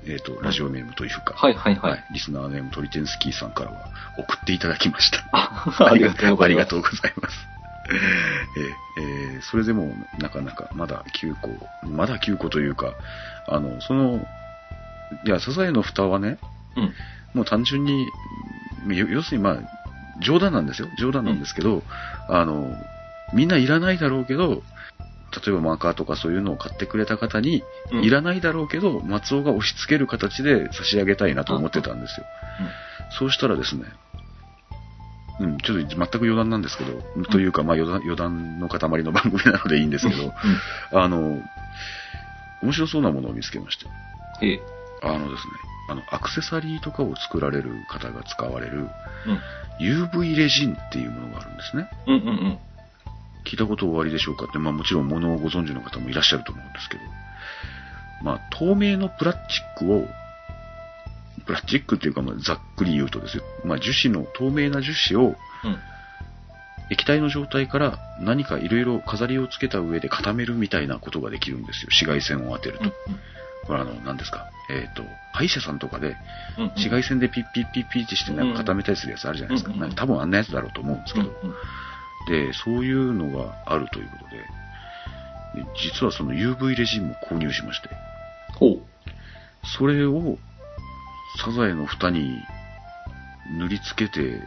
[SPEAKER 2] えっ、と、ラジオネームというか、
[SPEAKER 3] はいはいはい。
[SPEAKER 2] リスナーネームトリテンスキーさんからは送っていただきました。
[SPEAKER 3] あありがとうございます。
[SPEAKER 2] ありがとうございます。 えーえーそれでもなかなかまだ9個、まだ9個というか、あの、その、いや、サザエの蓋はね、
[SPEAKER 3] うん。
[SPEAKER 2] もう単純に、よ要するにまあ、冗談なんですよ。冗談なんですけど、あの、みんないらないだろうけど、例えばマーカーとかそういうのを買ってくれた方に、
[SPEAKER 3] うん
[SPEAKER 2] いらないだろうけど、松尾が押し付ける形で差し上げたいなと思ってたんですよ。そうしたらですね、うん、ちょっと全く余談なんですけど、というか、まあ余談余談の塊の番組なのでいいんですけど、あの、面白そうなものを見つけまして、
[SPEAKER 3] うん。ええ。
[SPEAKER 2] あのですね、あの、アクセサリーとかを作られる方が使われる、UV レジンっていうものがあるんですね。
[SPEAKER 3] うん。うんうんうん。
[SPEAKER 2] 聞いたことおありでしょうかって、まあもちろん物をご存知の方もいらっしゃると思うんですけど、まあ透明のプラスチックを、プラスチックっていうかまあざっくり言うとですよ、まあ樹脂の、透明な樹脂を
[SPEAKER 3] うん。
[SPEAKER 2] 液体の状態から何かいろいろ飾りをつけた上で固めるみたいなことができるんですよ。紫外線を当てると。これあの、何ですかえっ、と、歯医者さんとかで
[SPEAKER 3] うん。
[SPEAKER 2] 紫外線でピッピッピッピッってしてなんか固めたりするやつあるじゃないですか。
[SPEAKER 3] うんうん
[SPEAKER 2] なんか多分あんなやつだろうと思うんですけ
[SPEAKER 3] うん
[SPEAKER 2] ど。で、そういうのがあるということで、で実はその UV レジンも購入しまして、
[SPEAKER 3] ほう。
[SPEAKER 2] それをサザエの蓋に塗りつけて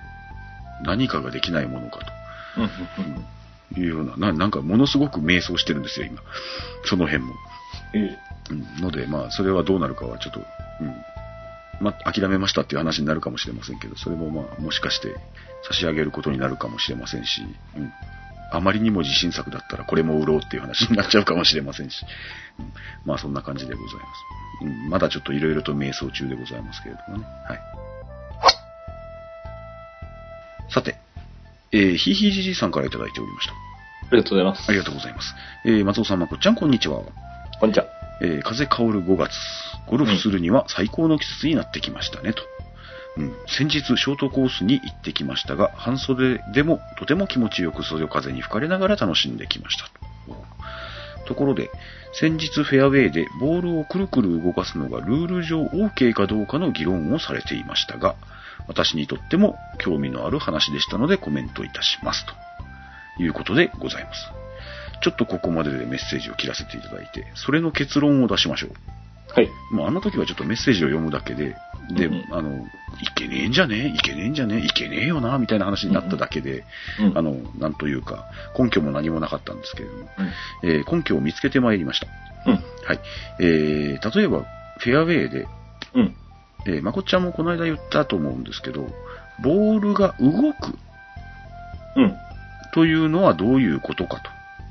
[SPEAKER 2] 何かができないものか
[SPEAKER 3] うんうん
[SPEAKER 2] というような、ななんかものすごく迷走してるんですよ、今。その辺も。
[SPEAKER 3] うん。ええ。
[SPEAKER 2] うんので、まあ、それはどうなるかはちょっと、うん。まあ、諦めましたっていう話になるかもしれませんけど、それもまあ、もしかして差し上げることになるかもしれませんし、うん。あまりにも自信作だったらこれも売ろうっていう話になっちゃうかもしれませんし、うん、まあ、そんな感じでございます。うん、まだちょっといろいろと迷走中でございますけれどもね。はい。さて、えー、ひいひいじじいさんからいただいておりました。
[SPEAKER 3] ありがとうございます。
[SPEAKER 2] ありがとうございます。えー、松尾さん、まこっちゃん、こんにちは。
[SPEAKER 3] こんにちは。
[SPEAKER 2] えー風香る5月、ゴルフするには最高の季節になってきましたね、と。うん、先日、ショートコースに行ってきましたが、半袖でもとても気持ちよくそよ風に吹かれながら楽しんできましたと。ところで、先日フェアウェイでボールをくるくる動かすのがルール上 OK かどうかの議論をされていましたが、私にとっても興味のある話でしたのでコメントいたしますということでございます。ちょっとここまででメッセージを切らせていただいて、それの結論を出しましょう。
[SPEAKER 3] はい。
[SPEAKER 2] まあ、あの時はちょっとメッセージを読むだけで、で、
[SPEAKER 3] うんうん
[SPEAKER 2] あの、いけねえんじゃねえいけねえんじゃねえいけねえよなみたいな話になっただけで、
[SPEAKER 3] うん
[SPEAKER 2] あの、なんというか、根拠も何もなかったんですけれども、
[SPEAKER 3] うん
[SPEAKER 2] えー根拠を見つけてまいりました。はい。えー、例えば、フェアウェイで、
[SPEAKER 3] うん。うん。
[SPEAKER 2] えーまこっちゃんもこの間言ったと思うんですけど、ボールが動く
[SPEAKER 3] うん。
[SPEAKER 2] というのはどういうことか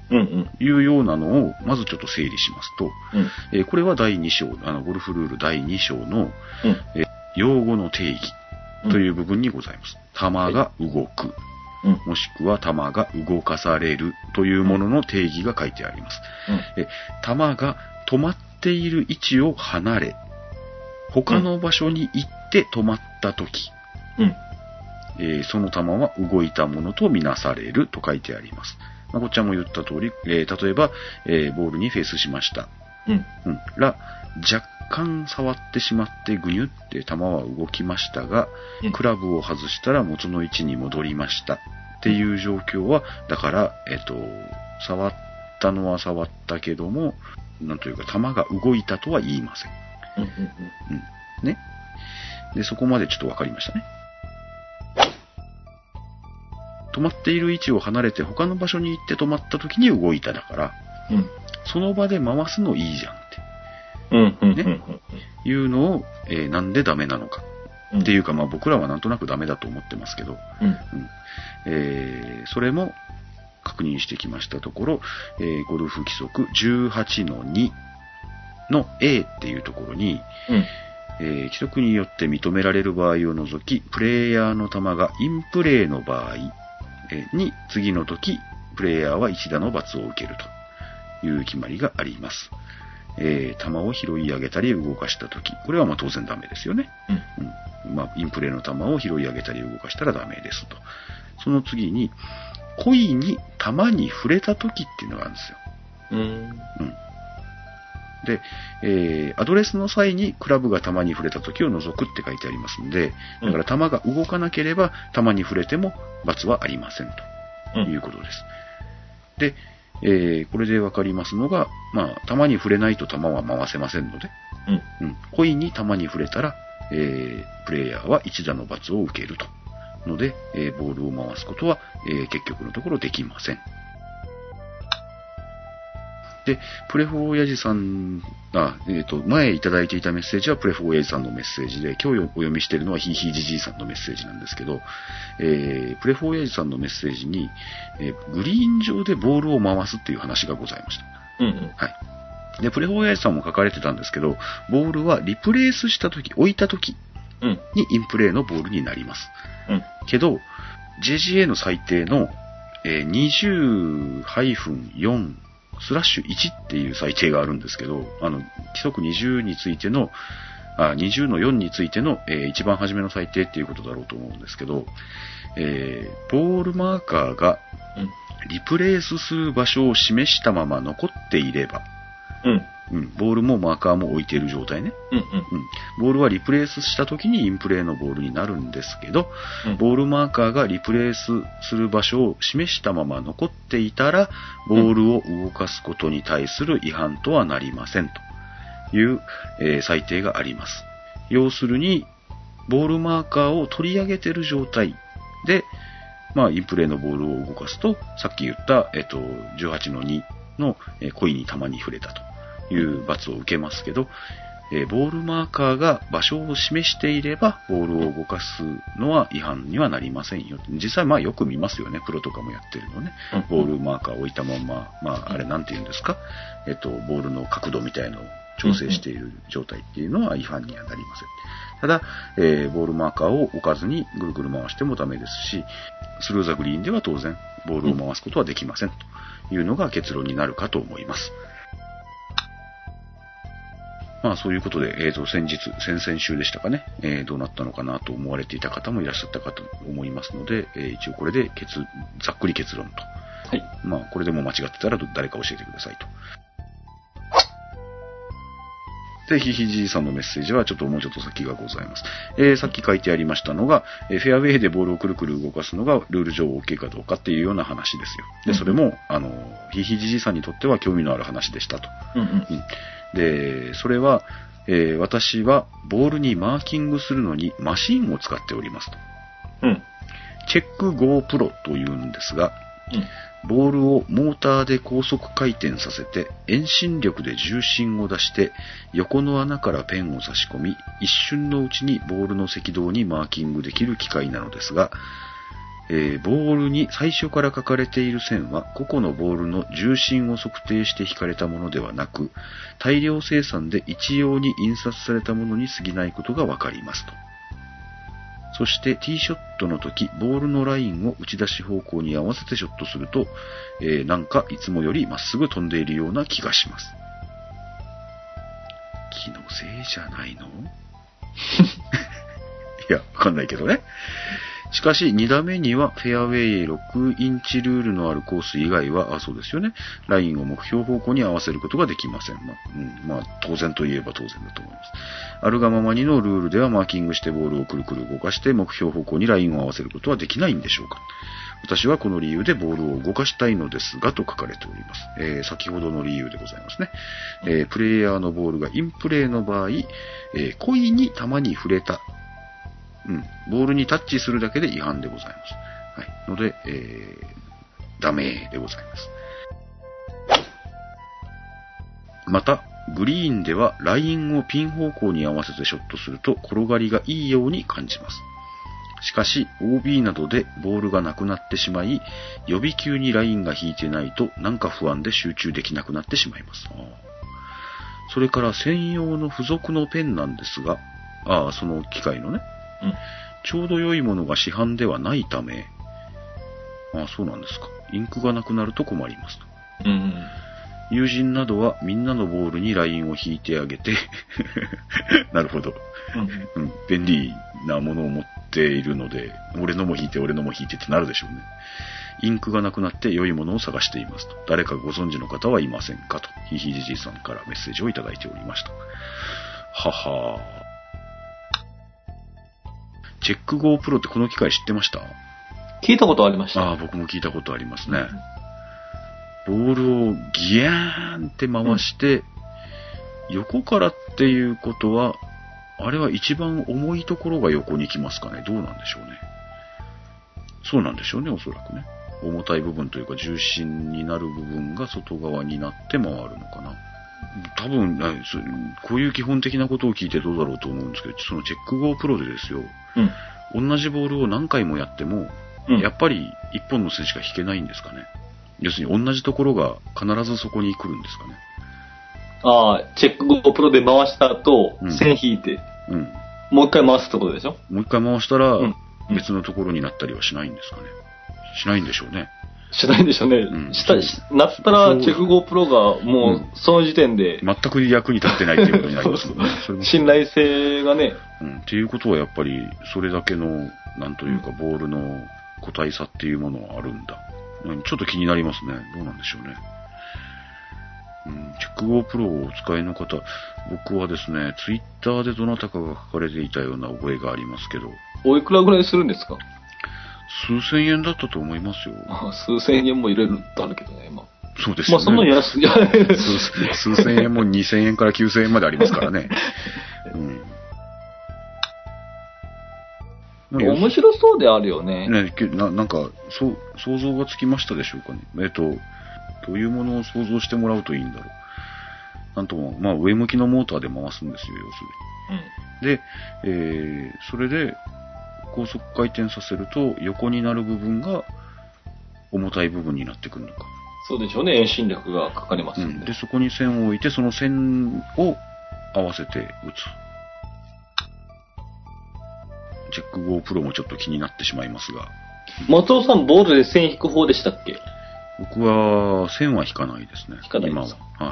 [SPEAKER 3] うんうん。
[SPEAKER 2] いうようなのを、まずちょっと整理しますと、
[SPEAKER 3] うん。
[SPEAKER 2] えーこれは第2章、あの、ゴルフルール第2章の
[SPEAKER 3] うん。
[SPEAKER 2] 用語の定義
[SPEAKER 3] うん
[SPEAKER 2] という部分にございます。玉が動く、
[SPEAKER 3] うん。
[SPEAKER 2] もしくは玉が動かされるというものの定義が書いてあります。え玉が止まっている位置を離れ、他の場所に行って止まった時、
[SPEAKER 3] うん。うん。
[SPEAKER 2] えーその玉は動いたものとみなされると書いてあります。まこっちゃんも言った通り、えー例えば、えーボールにフェースしました。
[SPEAKER 3] うん。
[SPEAKER 2] うん。ら、若干触ってしまってぐにゅって玉は動きましたが、
[SPEAKER 3] うん
[SPEAKER 2] クラブを外したら元の位置に戻りましたっていう状況は、だから、えっ、と、触ったのは触ったけども、なんというか、玉が動いたとは言いません。
[SPEAKER 3] うん。うん。
[SPEAKER 2] うん。ね。で、そこまでちょっとわかりましたね。止まっている位置を離れて他の場所に行って止まった時に動いただから、
[SPEAKER 3] うん。
[SPEAKER 2] その場で回すのいいじゃんっ
[SPEAKER 3] うん。うん。うん。
[SPEAKER 2] ていうのを、えーなんでダメなのか
[SPEAKER 3] うん。
[SPEAKER 2] っていうか、まあ僕らはなんとなくダメだと思ってますけど、
[SPEAKER 3] うん。
[SPEAKER 2] えーそれも確認してきましたところ、えーゴルフ規則18の2の A っていうところに、
[SPEAKER 3] うん。
[SPEAKER 2] えー規則によって認められる場合を除き、プレイヤーの球がインプレーの場合、えーに次の時、プレイヤーは一打の罰を受けるという決まりがあります。えー球を拾い上げたり動かした時、これはまあ当然ダメですよね。
[SPEAKER 3] うん。
[SPEAKER 2] うんまあ、インプレーの球を拾い上げたり動かしたらダメですと。その次に、故意に球に触れた時っていうのがあるんですよ。
[SPEAKER 3] うん。
[SPEAKER 2] で、えーアドレスの際にクラブが球に触れた時を除くって書いてありますんで、だから球が動かなければ球に触れても罰はありません
[SPEAKER 3] う
[SPEAKER 2] と
[SPEAKER 3] ん
[SPEAKER 2] いうことです。で、えーこれでわかりますのが、まあ、球に触れないと球は回せませんので、
[SPEAKER 3] うん。
[SPEAKER 2] うん、故意に球に触れたら、えープレイヤーは一打の罰を受けると。ので、えーボールを回すことは、えー結局のところできません。で、プレフォー親父さん、あ、えっ、と、前いただいていたメッセージはプレフォー親父さんのメッセージで、今日お読みしているのはヒーヒージジイさんのメッセージなんですけど、えープレフォー親父さんのメッセージに、えーグリーン上でボールを回すっていう話がございました。
[SPEAKER 3] うん。
[SPEAKER 2] はい。で、プレフォーヤーさんも書かれてたんですけど、ボールはリプレイスしたとき、置いたとき
[SPEAKER 3] うん。
[SPEAKER 2] にインプレイのボールになります。
[SPEAKER 3] うん。
[SPEAKER 2] けど、JGA の最低の、えー20-4スラッシュ1っていう最低があるんですけど、あの、規則20についての、あ20の4についての、えー一番初めの最低っていうことだろうと思うんですけど、えーボールマーカーが
[SPEAKER 3] うん。
[SPEAKER 2] リプレイスする場所を示したまま残っていれば、
[SPEAKER 3] うん。
[SPEAKER 2] うん、ボールもマーカーも置いている状態ね。
[SPEAKER 3] うん。
[SPEAKER 2] うん。ボールはリプレイスした時にインプレイのボールになるんですけど、
[SPEAKER 3] うん。
[SPEAKER 2] ボールマーカーがリプレイスする場所を示したまま残っていたら、ボールを動かすことに対する違反とはなりませんという、えー裁定があります。要するに、ボールマーカーを取り上げている状態で、まあ、インプレイのボールを動かすと、さっき言った、えっと、18の2の、えー故意に球に触れたという罰を受けますけど、えーボールマーカーが場所を示していれば、ボールを動かすのは違反にはなりませんよ。実際、まあよく見ますよね。プロとかもやってるのね。ボールマーカーを置いたまんま、まああれなんて言うんですか。えっと、ボールの角度みたいのを調整している状態っていうのは違反にはなりません。ただ、えーボールマーカーを置かずにぐるぐる回してもダメですし、スルーザグリーンでは当然、ボールを回すことはできませんというのが結論になるかと思います。まあそういうことで、えー、と先日、先々週でしたかね、えーどうなったのかなと思われていた方もいらっしゃったかと思いますので、えー一応これで結ざっくり結論と。
[SPEAKER 3] はい。
[SPEAKER 2] まあこれでも間違ってたらど誰か教えてくださいと。で、ひひじいさんのメッセージはちょっともうちょっと先がございます。えーさっき書いてありましたのが、えーフェアウェイでボールをくるくる動かすのがルール上 OK かどうかっていうような話ですよ。で、それも、あの、ひひじじいさんにとっては興味のある話でしたと。
[SPEAKER 3] うん。うん。
[SPEAKER 2] で、それは、えー私はボールにマーキングするのにマシンを使っておりますと。
[SPEAKER 3] うん。
[SPEAKER 2] チェック Go Pro というんですが、
[SPEAKER 3] うん。
[SPEAKER 2] ボールをモーターで高速回転させて遠心力で重心を出して横の穴からペンを差し込み一瞬のうちにボールの赤道にマーキングできる機械なのですがえーボールに最初から書かれている線は個々のボールの重心を測定して引かれたものではなく大量生産で一様に印刷されたものに過ぎないことがわかりますとそしてティーショットの時ボールのラインを打ち出し方向に合わせてショットすると、えーなんかいつもよりまっすぐ飛んでいるような気がします気のせいじゃないの いや、わかんないけどね。しかし、2打目にはフェアウェイ6インチルールのあるコース以外は、あ、そうですよね。ラインを目標方向に合わせることができません。まあ、うん、まあ、当然といえば当然だと思います。あるがままにのルールではマーキングしてボールをくるくる動かして目標方向にラインを合わせることはできないんでしょうか私はこの理由でボールを動かしたいのですがと書かれております。えー先ほどの理由でございますね。えープレイヤーのボールがインプレーの場合、えー故意に球に触れた、うん、ボールにタッチするだけで違反でございます。はい。ので、えーダメでございます。また、グリーンではラインをピン方向に合わせてショットすると転がりがいいように感じます。しかし、OB などでボールがなくなってしまい、予備級にラインが引いてないと、なんか不安で集中できなくなってしまいます。あーそれから専用の付属のペンなんですが、ああ、その機械のね、
[SPEAKER 3] うん。
[SPEAKER 2] ちょうど良いものが市販ではないため、ああ、そうなんですか。インクがなくなると困りますと。
[SPEAKER 3] うん。
[SPEAKER 2] 友人などはみんなのボールにラインを引いてあげて、 なるほど。
[SPEAKER 3] うん。
[SPEAKER 2] うん、便利なものを持っているので、俺のも引いて、俺のも引いてってなるでしょうね。インクがなくなって良いものを探していますと。誰かご存知の方はいませんかと。ひひじじいさんからメッセージをいただいておりました。ははーチェック GO プロってこの機械知ってました
[SPEAKER 3] 聞いたことありました。
[SPEAKER 2] ああ、僕も聞いたことありますね。ボールをギヤーンって回して、横からっていうことは、あれは一番重いところが横に来ますかね。どうなんでしょうね。そうなんでしょうね、おそらくね。重たい部分というか、重心になる部分が外側になって回るのかな。多分、あそうこういう基本的なことを聞いてどうだろうと思うんですけど、そのチェック GO プロでですよ、
[SPEAKER 3] うん。
[SPEAKER 2] 同じボールを何回もやっても、
[SPEAKER 3] うん
[SPEAKER 2] やっぱり一本の線しか引けないんですかね。要するに同じところが必ずそこに来るんですかね。
[SPEAKER 3] ああ、チェック GoPro で回した後、
[SPEAKER 2] うん
[SPEAKER 3] 線引いて、
[SPEAKER 2] うん。
[SPEAKER 3] もう一回回すってことでしょ
[SPEAKER 2] もう一回回したら
[SPEAKER 3] うん、
[SPEAKER 2] 別のところになったりはしないんですかね。しないんでしょうね。
[SPEAKER 3] しないでしょうね。
[SPEAKER 2] ん
[SPEAKER 3] した、しなったら、チェック GoPro がも
[SPEAKER 2] うん
[SPEAKER 3] う、その時点で、
[SPEAKER 2] 全く役に立ってないっていうことになりますも んね。それも
[SPEAKER 3] 信頼性がね、
[SPEAKER 2] うん。っていうことはやっぱり、それだけの、なんというか、ボールの個体差っていうものはあるんだ。うんちょっと気になりますね。どうなんでしょうね。うん、チェックゴープロをお使いの方、僕はですね、ツイッターでどなたかが書かれていたような覚えがありますけど、
[SPEAKER 3] おいくらぐらいするんですか
[SPEAKER 2] 数千円だったと思いますよ。
[SPEAKER 3] まあ数千円も入れるってあるけどね、まあ。
[SPEAKER 2] そうですよ
[SPEAKER 3] まあ、
[SPEAKER 2] ね。
[SPEAKER 3] そんなに安い。
[SPEAKER 2] 数数千円も2000円から9000円までありますから ね。うん。
[SPEAKER 3] 面白そうであるよね。
[SPEAKER 2] ね、きななんかそう、想像がつきましたでしょうかね。えっと、どういうものを想像してもらうといいんだろう。なんとも、まあ、上向きのモーターで回すんですよ、要するに。で、えーそれで、高速回転させると、横になる部分が、重たい部分になってくるのか。
[SPEAKER 3] そうでしょうね、遠心力がかかります
[SPEAKER 2] うんん、
[SPEAKER 3] で
[SPEAKER 2] で、。そこに線を置いて、その線を合わせて打つ。チェック GO プロもちょっと気になってしまいますが、
[SPEAKER 3] 松尾さん、ボールで線引く方でしたっけ
[SPEAKER 2] 僕は線は引かないですね。
[SPEAKER 3] 引かないん
[SPEAKER 2] 今
[SPEAKER 3] で
[SPEAKER 2] は
[SPEAKER 3] すか。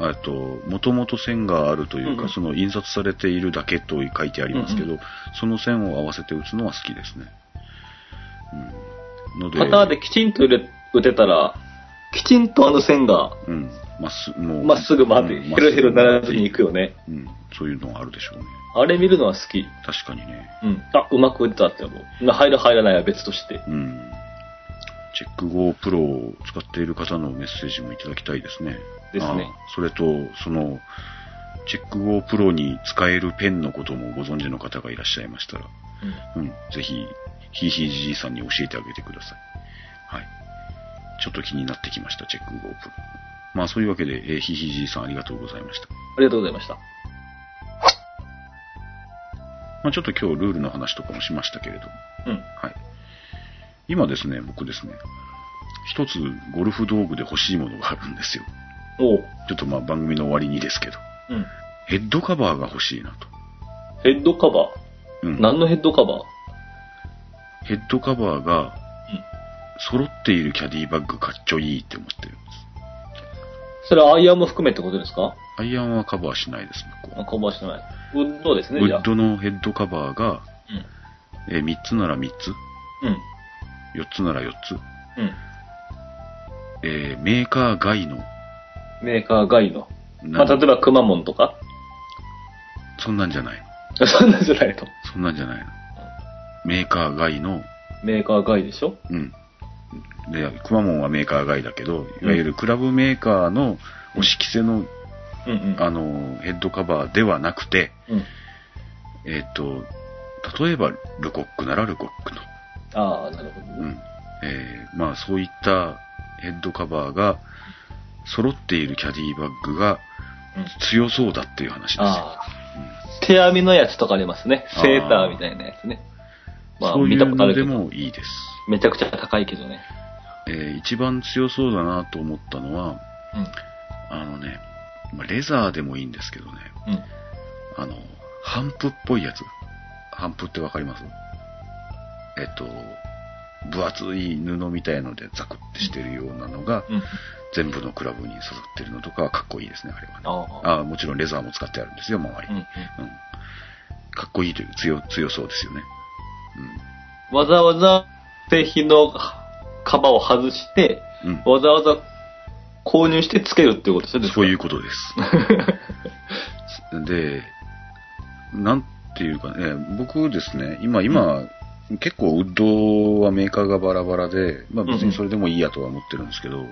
[SPEAKER 2] はい。えっと、もともと線があるというか、
[SPEAKER 3] うんうん
[SPEAKER 2] その印刷されているだけと書いてありますけど、
[SPEAKER 3] うん
[SPEAKER 2] その線を合わせて打つのは好きですね。うん。ので、
[SPEAKER 3] パターできちんと入れ打てたら、きちんとあの線が、
[SPEAKER 2] うん。まっすもう
[SPEAKER 3] まっすぐまで、
[SPEAKER 2] うん
[SPEAKER 3] ヘロヘロならずに行くよね。
[SPEAKER 2] うん。そういうのがあるでしょうね。
[SPEAKER 3] あれ見るのは好き。
[SPEAKER 2] 確かにね。
[SPEAKER 3] うん。あ、うまく打てたって思う。入る入らないは別として。
[SPEAKER 2] うん。チェック GO プロを使っている方のメッセージもいただきたいですね。
[SPEAKER 3] ですね
[SPEAKER 2] ああそれと、その、チェック GO プロに使えるペンのこともご存知の方がいらっしゃいましたら、うん、ぜひ、ひいひいじじいさんに教えてあげてください。はい。ちょっと気になってきました、チェック GO プロ。まあそういうわけで、えーひいひいじいさんありがとうございました。
[SPEAKER 3] ありがとうございました。
[SPEAKER 2] まあちょっと今日ルールの話とかもしましたけれども、
[SPEAKER 3] うん。
[SPEAKER 2] はい。今ですね、僕ですね、一つゴルフ道具で欲しいものがあるんですよ。
[SPEAKER 3] おう。
[SPEAKER 2] ちょっとまあ番組の終わりにですけど、
[SPEAKER 3] うん。
[SPEAKER 2] ヘッドカバーが欲しいなと。
[SPEAKER 3] ヘッドカバ
[SPEAKER 2] う
[SPEAKER 3] ー。
[SPEAKER 2] ん、
[SPEAKER 3] 何のヘッドカバー
[SPEAKER 2] ヘッドカバーが
[SPEAKER 3] うん
[SPEAKER 2] 揃っているキャディバッグかっちょいいって思ってるんです。
[SPEAKER 3] それはアイアンも含めってことですか
[SPEAKER 2] アイアンはカバーしないです、僕
[SPEAKER 3] あ
[SPEAKER 2] は。
[SPEAKER 3] カバーしてない。ウッドですね、
[SPEAKER 2] ウ
[SPEAKER 3] じゃ
[SPEAKER 2] ッ
[SPEAKER 3] あ。
[SPEAKER 2] ドのヘッドカバーが、えー3つなら3つ、
[SPEAKER 3] うん。うん。
[SPEAKER 2] 4つなら4つ、
[SPEAKER 3] うん。
[SPEAKER 2] えーメーカー外の、
[SPEAKER 3] メーカー外の。ま
[SPEAKER 2] な
[SPEAKER 3] あ、例えば、くまモンとか
[SPEAKER 2] そんなんじゃない。
[SPEAKER 3] そんなんじゃないと。
[SPEAKER 2] そんなんじゃないの。メーカー外の、
[SPEAKER 3] メーカー外でしょ
[SPEAKER 2] うん。で、くまモンはメーカー外だけど、いわゆるクラブメーカーの押し着せの、
[SPEAKER 3] うんうん。
[SPEAKER 2] あの、ヘッドカバーではなくて、
[SPEAKER 3] うん。
[SPEAKER 2] えっ、と、例えば、ルコックならルコックの、
[SPEAKER 3] ああ、なるほどね。
[SPEAKER 2] うん。えーまあ、そういったヘッドカバーが、揃っているキャディバッグが
[SPEAKER 3] うん
[SPEAKER 2] 強そうだっていう話ですよ。
[SPEAKER 3] ああ。手編みのやつとかありますね。セーターみたいなやつね。まあ、
[SPEAKER 2] そうい
[SPEAKER 3] 見た
[SPEAKER 2] う
[SPEAKER 3] ことあ
[SPEAKER 2] の
[SPEAKER 3] る
[SPEAKER 2] で
[SPEAKER 3] けど、
[SPEAKER 2] もいいです。
[SPEAKER 3] めちゃくちゃ高いけどね。
[SPEAKER 2] えー一番強そうだなと思ったのは、あのね、まあレザーでもいいんですけどね、
[SPEAKER 3] うん。うん。
[SPEAKER 2] あの、ハンプっぽいやつ。ハンプってわかりますえっと、分厚い布みたいのでザクってしてるようなのが、
[SPEAKER 3] うん。
[SPEAKER 2] 全部のクラブに揃ってるのとかはかっこいいですね、あれはね。
[SPEAKER 3] ああ。
[SPEAKER 2] ああもちろんレザーも使ってあるんですよ、周
[SPEAKER 3] う
[SPEAKER 2] り。
[SPEAKER 3] んう
[SPEAKER 2] う
[SPEAKER 3] ん。
[SPEAKER 2] ん。かっこいいという、強、強そうですよね。
[SPEAKER 3] わざわざ製品のカバーを外して、
[SPEAKER 2] うん。うん。
[SPEAKER 3] わざわざ購入してつけるっていうことですよね。
[SPEAKER 2] そういうこと です。で、なんていうかね、僕ですね、今、今、結構ウッドはメーカーがバラバラで、まあ別にそれでもいいやとは思ってるんですけど、
[SPEAKER 3] うん。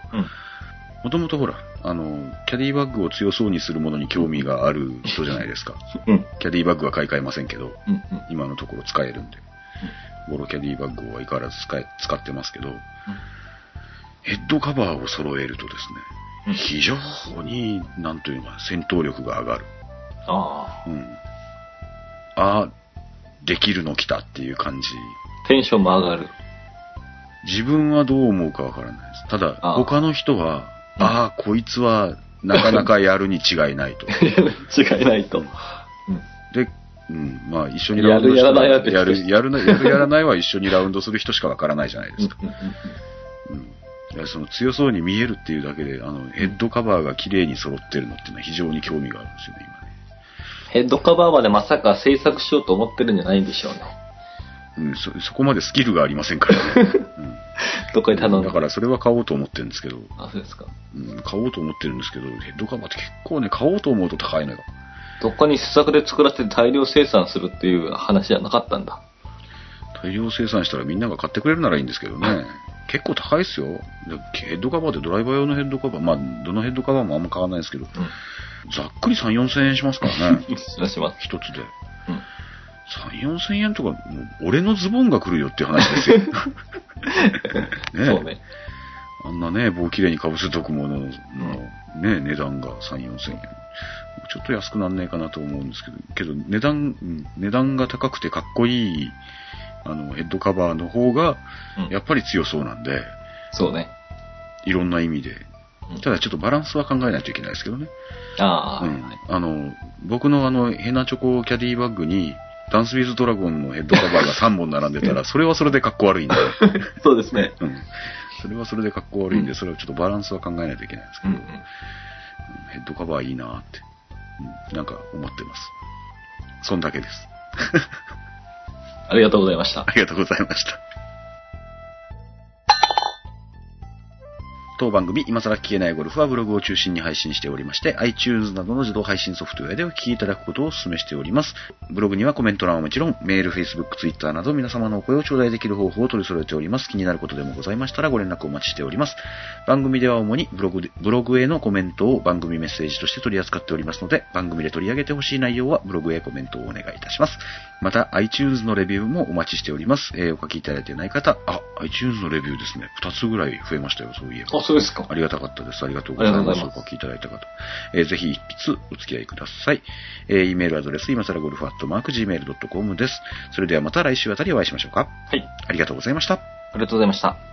[SPEAKER 2] もともとほら、あの、キャディバッグを強そうにするものに興味がある人じゃないです か。
[SPEAKER 3] うん。
[SPEAKER 2] キャディバッグは買い替えませんけど、
[SPEAKER 3] うん。うん。
[SPEAKER 2] 今のところ使えるんで。ボロキャディバッグを相変わらず使え使ってますけど、ヘッドカバーを揃えるとです
[SPEAKER 3] うん
[SPEAKER 2] ね、非常に、なんというのか、戦闘力が上がる。
[SPEAKER 3] あ
[SPEAKER 2] うん。あーできるの来たっていう感じ。
[SPEAKER 3] あ。テンションも上がる。
[SPEAKER 2] 自分はどう思うかわからないです。ただ、
[SPEAKER 3] あー
[SPEAKER 2] 他の人は、
[SPEAKER 3] うん
[SPEAKER 2] ああ、こいつはなかなかやるに違い ないと。
[SPEAKER 3] 違いないと。うん。
[SPEAKER 2] で、うん、まあ一緒に
[SPEAKER 3] やる
[SPEAKER 2] して
[SPEAKER 3] やらないは別
[SPEAKER 2] や
[SPEAKER 3] です
[SPEAKER 2] る、やるな、やるやらないは一緒にラウンドする人しかわからないじゃないですか。
[SPEAKER 3] うんうんうん
[SPEAKER 2] うん。いやその強そうに見えるっていうだけで、あの、ヘッドカバーが綺麗に揃ってるのっていうのは非常に興味があるんですよね、
[SPEAKER 3] ヘッドカバーまでまさか制作しようと思ってるんじゃないんでしょうね。
[SPEAKER 2] 今ね。うん、そ、そこまでスキルがありませんから ね。
[SPEAKER 3] どっか
[SPEAKER 2] うん、
[SPEAKER 3] で頼ん
[SPEAKER 2] だ
[SPEAKER 3] だ。
[SPEAKER 2] からそれは買おうと思ってるんですけど、
[SPEAKER 3] あ、そうですか。
[SPEAKER 2] うん、買おうと思ってるんですけど、ヘッドカバーって結構ね、買おうと思うと高いのよ。
[SPEAKER 3] どっかに試作で作らせて大量生産するっていう話じゃなかったんだ。
[SPEAKER 2] 大量生産したらみんなが買ってくれるならいいんですけどね。結構高いですよ。でヘッドカバーってドライバー用のヘッドカバー、まあ、どのヘッドカバーもあんま買わないですけど、
[SPEAKER 3] うん。。
[SPEAKER 2] ざっくり3、4千円しますから ね
[SPEAKER 3] 失礼します。
[SPEAKER 2] 一つで。
[SPEAKER 3] うん。
[SPEAKER 2] 3、4千円とか、もう俺のズボンが来るよっていう話 ですよ。ねえ
[SPEAKER 3] そうね。
[SPEAKER 2] あんなね、棒きれいにかぶせとくものの、ねえ、値段が3、4千円。ちょっと安くなんねえかなと思うんですけど、けど値段、うん値段が高くてかっこいい、あの、ヘッドカバーの方が、
[SPEAKER 3] うん
[SPEAKER 2] やっぱり強そうなんで、
[SPEAKER 3] そうね。
[SPEAKER 2] いろんな意味で
[SPEAKER 3] うん。
[SPEAKER 2] ただちょっとバランスは考えないといけないですけどね。
[SPEAKER 3] ああ、
[SPEAKER 2] うん
[SPEAKER 3] はい。
[SPEAKER 2] あの、僕のあの、ヘナチョコキャディバッグに、ダンスウィズドラゴンのヘッドカバーが3本並んで たら、それはそれで格好悪いんで、
[SPEAKER 3] そうですね。
[SPEAKER 2] うん。それはそれで格好悪いん
[SPEAKER 3] う
[SPEAKER 2] で、
[SPEAKER 3] ん
[SPEAKER 2] それをちょっとバランスは考えないといけないんですけ
[SPEAKER 3] うん
[SPEAKER 2] ど、
[SPEAKER 3] うん。
[SPEAKER 2] ヘッドカバーいいなーって、うん、なんか思ってます。そんだけです。
[SPEAKER 3] ありがとうございました
[SPEAKER 2] あ。りがとうございました。当番組、今更聞けないゴルフはブログを中心に配信しておりまして、iTunes などの自動配信ソフトウェアでお聞きいただくことをお勧めしております。ブログにはコメント欄はもちろん、メール、Facebook、Twitter など皆様のお声を頂戴できる方法を取り揃えております。気になることでもございましたらご連絡お待ちしております。番組では主にブログでブログへのコメントを番組メッセージとして取り扱っておりますので、番組で取り上げてほしい内容はブログへコメントをお願いいたします。また、iTunes のレビューもお待ちしております。えーお書きいただいていない方、あ、iTunes のレビューですね。2つぐらい増えましたよ、そういえば。
[SPEAKER 3] あ、そうですか。
[SPEAKER 2] ありがたかったです。ありがとうござい
[SPEAKER 3] ありが
[SPEAKER 2] ま
[SPEAKER 3] と
[SPEAKER 2] す。
[SPEAKER 3] うございま
[SPEAKER 2] お
[SPEAKER 3] す
[SPEAKER 2] 書きいただいた方。えーぜひ一筆お付き合いください。えー、イメールアドレス、今更ゴルフアットマーク Gmail.com です。それではまた来週あたりお会いしましょうか。
[SPEAKER 3] はい。
[SPEAKER 2] ありがとうございました。
[SPEAKER 3] りがとうございました。